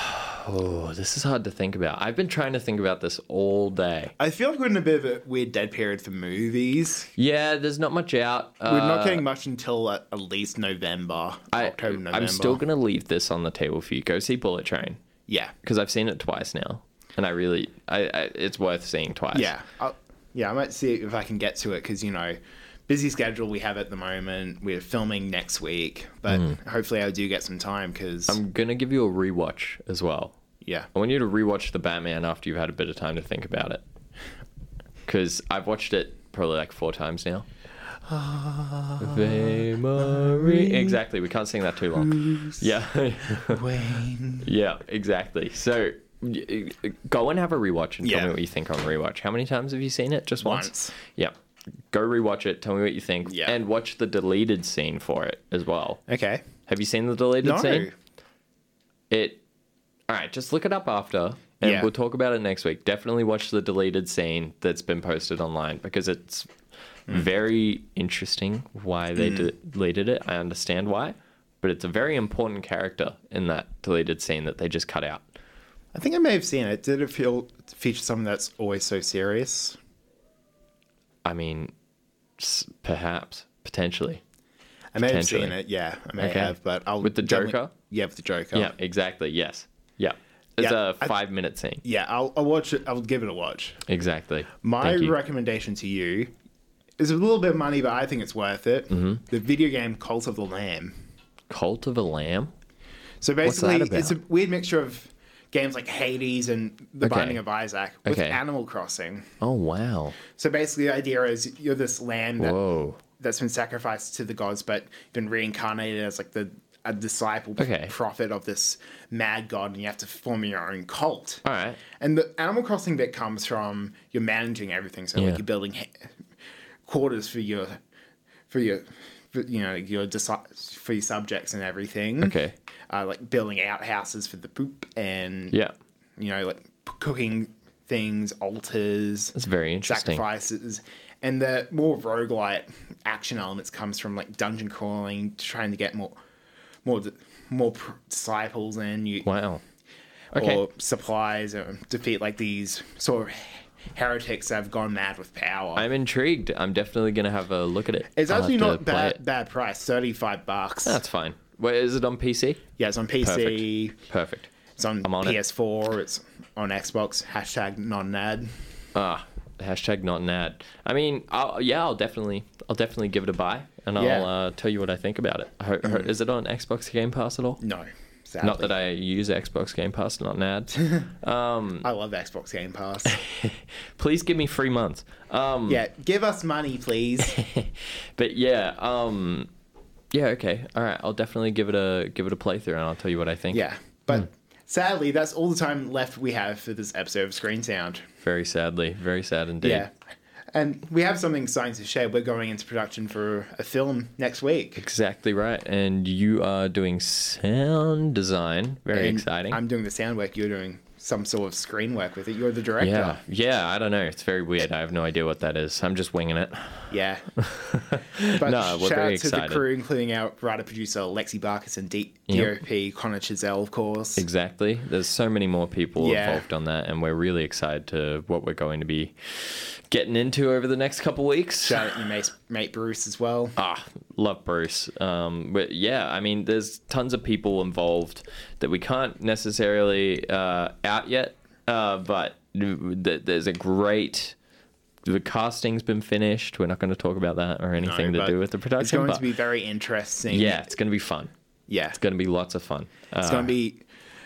Speaker 5: oh, this is hard to think about. I've been trying to think about this all day.
Speaker 4: I feel like we're in a bit of a weird dead period for movies.
Speaker 5: Yeah, there's not much out. Uh,
Speaker 4: We're not getting much until at, at least November, October, November.
Speaker 5: I'm still gonna leave this on the table for you. Go see Bullet Train
Speaker 4: Yeah,
Speaker 5: because I've seen it twice now, and I really, I, I it's worth seeing twice.
Speaker 4: yeah, i yeah. I might see if I can get to it because you know, busy schedule we have at the moment. We're filming next week, but hopefully I do get some time because
Speaker 5: Hmm. I'm gonna give you a rewatch as well.
Speaker 4: yeah,
Speaker 5: I want you to rewatch the Batman after you've had a bit of time to think about it, because I've watched it probably like four times now.
Speaker 4: Ah.
Speaker 5: Ave Maria. Exactly. We can't sing that too long. Yeah.
Speaker 4: Wayne.
Speaker 5: yeah. Exactly. So. y- y- Go and have a rewatch and tell
Speaker 4: Yeah.
Speaker 5: me what you think on rewatch. How many times have you seen it? Just once?
Speaker 4: Once.
Speaker 5: Yeah. Go rewatch it. Tell me what you think.
Speaker 4: Yeah.
Speaker 5: And watch the deleted scene for it as well.
Speaker 4: Okay,
Speaker 5: Have you seen the deleted
Speaker 4: no,
Speaker 5: scene? It. All right. Just look it up after, and
Speaker 4: Yeah.
Speaker 5: we'll talk about it next week. Definitely watch the deleted scene that's been posted online because it's
Speaker 4: Hmm.
Speaker 5: very interesting why they de- deleted it. I understand why, but it's a very important character in that deleted scene that they just cut out.
Speaker 4: I think I may have seen it. Did it feel feature something that's always so serious?
Speaker 5: I mean, s- perhaps potentially.
Speaker 4: I may have
Speaker 5: Potentially.
Speaker 4: seen it. Yeah, I may
Speaker 5: Okay.
Speaker 4: have, but I'll
Speaker 5: With the
Speaker 4: definitely-
Speaker 5: Joker?
Speaker 4: Yeah, with the Joker.
Speaker 5: Yeah, exactly. Yes. Yeah. It's
Speaker 4: Oh. Yeah,
Speaker 5: a
Speaker 4: I-
Speaker 5: five minute scene.
Speaker 4: Yeah, I'll, I'll watch it. I'll give it a watch.
Speaker 5: Exactly.
Speaker 4: My
Speaker 5: Thank you.
Speaker 4: recommendation to you is a little bit of money, but I think it's worth it.
Speaker 5: Mm-hmm.
Speaker 4: The video game Cult of the Lamb.
Speaker 5: Cult of a Lamb.
Speaker 4: So
Speaker 5: that
Speaker 4: basically, it's a
Speaker 5: about?
Speaker 4: weird mixture of games like Hades and The
Speaker 5: Okay.
Speaker 4: Binding of Isaac with
Speaker 5: Okay.
Speaker 4: Animal Crossing.
Speaker 5: Oh wow.
Speaker 4: So basically, the idea is you're this lamb that,
Speaker 5: Whoa.
Speaker 4: that's been sacrificed to the gods, but been reincarnated as like the a disciple
Speaker 5: Okay.
Speaker 4: prophet of this mad god, and you have to form your own cult.
Speaker 5: All right.
Speaker 4: And the Animal Crossing bit comes from you're managing everything, so
Speaker 5: Yeah.
Speaker 4: like you're building he- quarters for your for your for, you know your deci- for your subjects and everything.
Speaker 5: Okay.
Speaker 4: Uh, like building outhouses for the poop and
Speaker 5: Yeah.
Speaker 4: you know like p- cooking things, altars,
Speaker 5: That's very interesting.
Speaker 4: sacrifices, and the more roguelite action elements comes from like dungeon crawling, trying to get more more d- more pr- disciples in. You
Speaker 5: Wow. Okay.
Speaker 4: or supplies or defeat like these sort of heretics that have gone mad with power.
Speaker 5: I'm intrigued. I'm definitely gonna have a look at it.
Speaker 4: it's
Speaker 5: I'll have
Speaker 4: actually
Speaker 5: to
Speaker 4: not
Speaker 5: play
Speaker 4: bad
Speaker 5: it.
Speaker 4: bad price, thirty five bucks.
Speaker 5: That's fine. Wait, is it on PC?
Speaker 4: yeah, it's on PC.
Speaker 5: Perfect.
Speaker 4: It's on,
Speaker 5: I'm on it.
Speaker 4: PS4. It's on Xbox. Hashtag non ad.
Speaker 5: Ah, hashtag not an ad. I mean, I'll, yeah, I'll definitely, I'll definitely give it a buy, and I'll
Speaker 4: Yeah. Mm.
Speaker 5: uh, tell you what I think about it. I ho- ho- Is it on Xbox Game Pass at all?
Speaker 4: No, sadly.
Speaker 5: Not that I use Xbox Game Pass, not an ad.
Speaker 4: I love Xbox Game Pass.
Speaker 5: Please give me free months. Um,
Speaker 4: yeah, give us money, please.
Speaker 5: but yeah, um, yeah, okay, all right. I'll definitely give it a give it a playthrough, and I'll tell you what I think.
Speaker 4: Yeah, but
Speaker 5: Hmm.
Speaker 4: sadly, that's all the time left we have for this episode of Screen Sound.
Speaker 5: Very sadly, very sad indeed.
Speaker 4: Yeah. And we have something exciting to share. We're going into production for a film next week.
Speaker 5: Exactly right. And you are doing sound design. Very
Speaker 4: And
Speaker 5: exciting.
Speaker 4: I'm doing the sound work. You're doing some sort of screen work with it. You're the director.
Speaker 5: yeah, yeah. I don't know. It's very weird. I have no idea what that is. I'm just winging it.
Speaker 4: Yeah. But
Speaker 5: No, we're
Speaker 4: shout
Speaker 5: very
Speaker 4: out to
Speaker 5: excited.
Speaker 4: the crew, including our writer producer Lexi Barkis and D- DOP Connor Chiselle, of course.
Speaker 5: Exactly. There's so many more people
Speaker 4: Yeah.
Speaker 5: involved on that, and we're really excited to what we're going to be getting into over the next couple weeks.
Speaker 4: Shout out your mate, mate Bruce as well.
Speaker 5: Ah, love Bruce. Um, but yeah, I mean, there's tons of people involved that we can't necessarily uh, out yet, uh, but th- there's a great. The casting's been finished. We're not going to talk about that or anything to
Speaker 4: but
Speaker 5: do with the production.
Speaker 4: It's going
Speaker 5: but
Speaker 4: to be very interesting.
Speaker 5: yeah, it's going to be fun.
Speaker 4: Yeah.
Speaker 5: It's going to be lots of fun.
Speaker 4: It's
Speaker 5: Uh,
Speaker 4: going to be,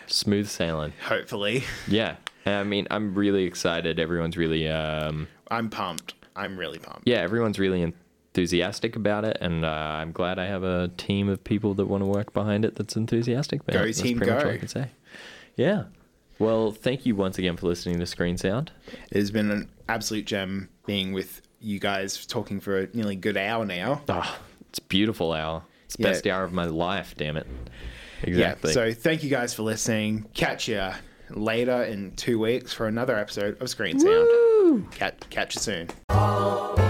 Speaker 5: smooth sailing.
Speaker 4: hopefully,
Speaker 5: Yeah. I mean, I'm really excited. Everyone's really, um,
Speaker 4: I'm pumped. I'm really pumped.
Speaker 5: yeah, everyone's really enthusiastic about it, and uh, I'm glad I have a team of people that want to work behind it that's enthusiastic about
Speaker 4: Go
Speaker 5: it. That's
Speaker 4: team
Speaker 5: pretty much
Speaker 4: go.
Speaker 5: all I can say. Yeah. Well, thank you once again for listening to Screen Sound.
Speaker 4: It has been an absolute gem being with you guys talking for a nearly good hour now.
Speaker 5: Ah, it's a beautiful hour. It's the
Speaker 4: Yeah.
Speaker 5: best hour of my life, damn it. Exactly.
Speaker 4: So thank you guys for listening. Catch you later in two weeks for another episode of Screen Sound. Cat, catch you soon.
Speaker 6: All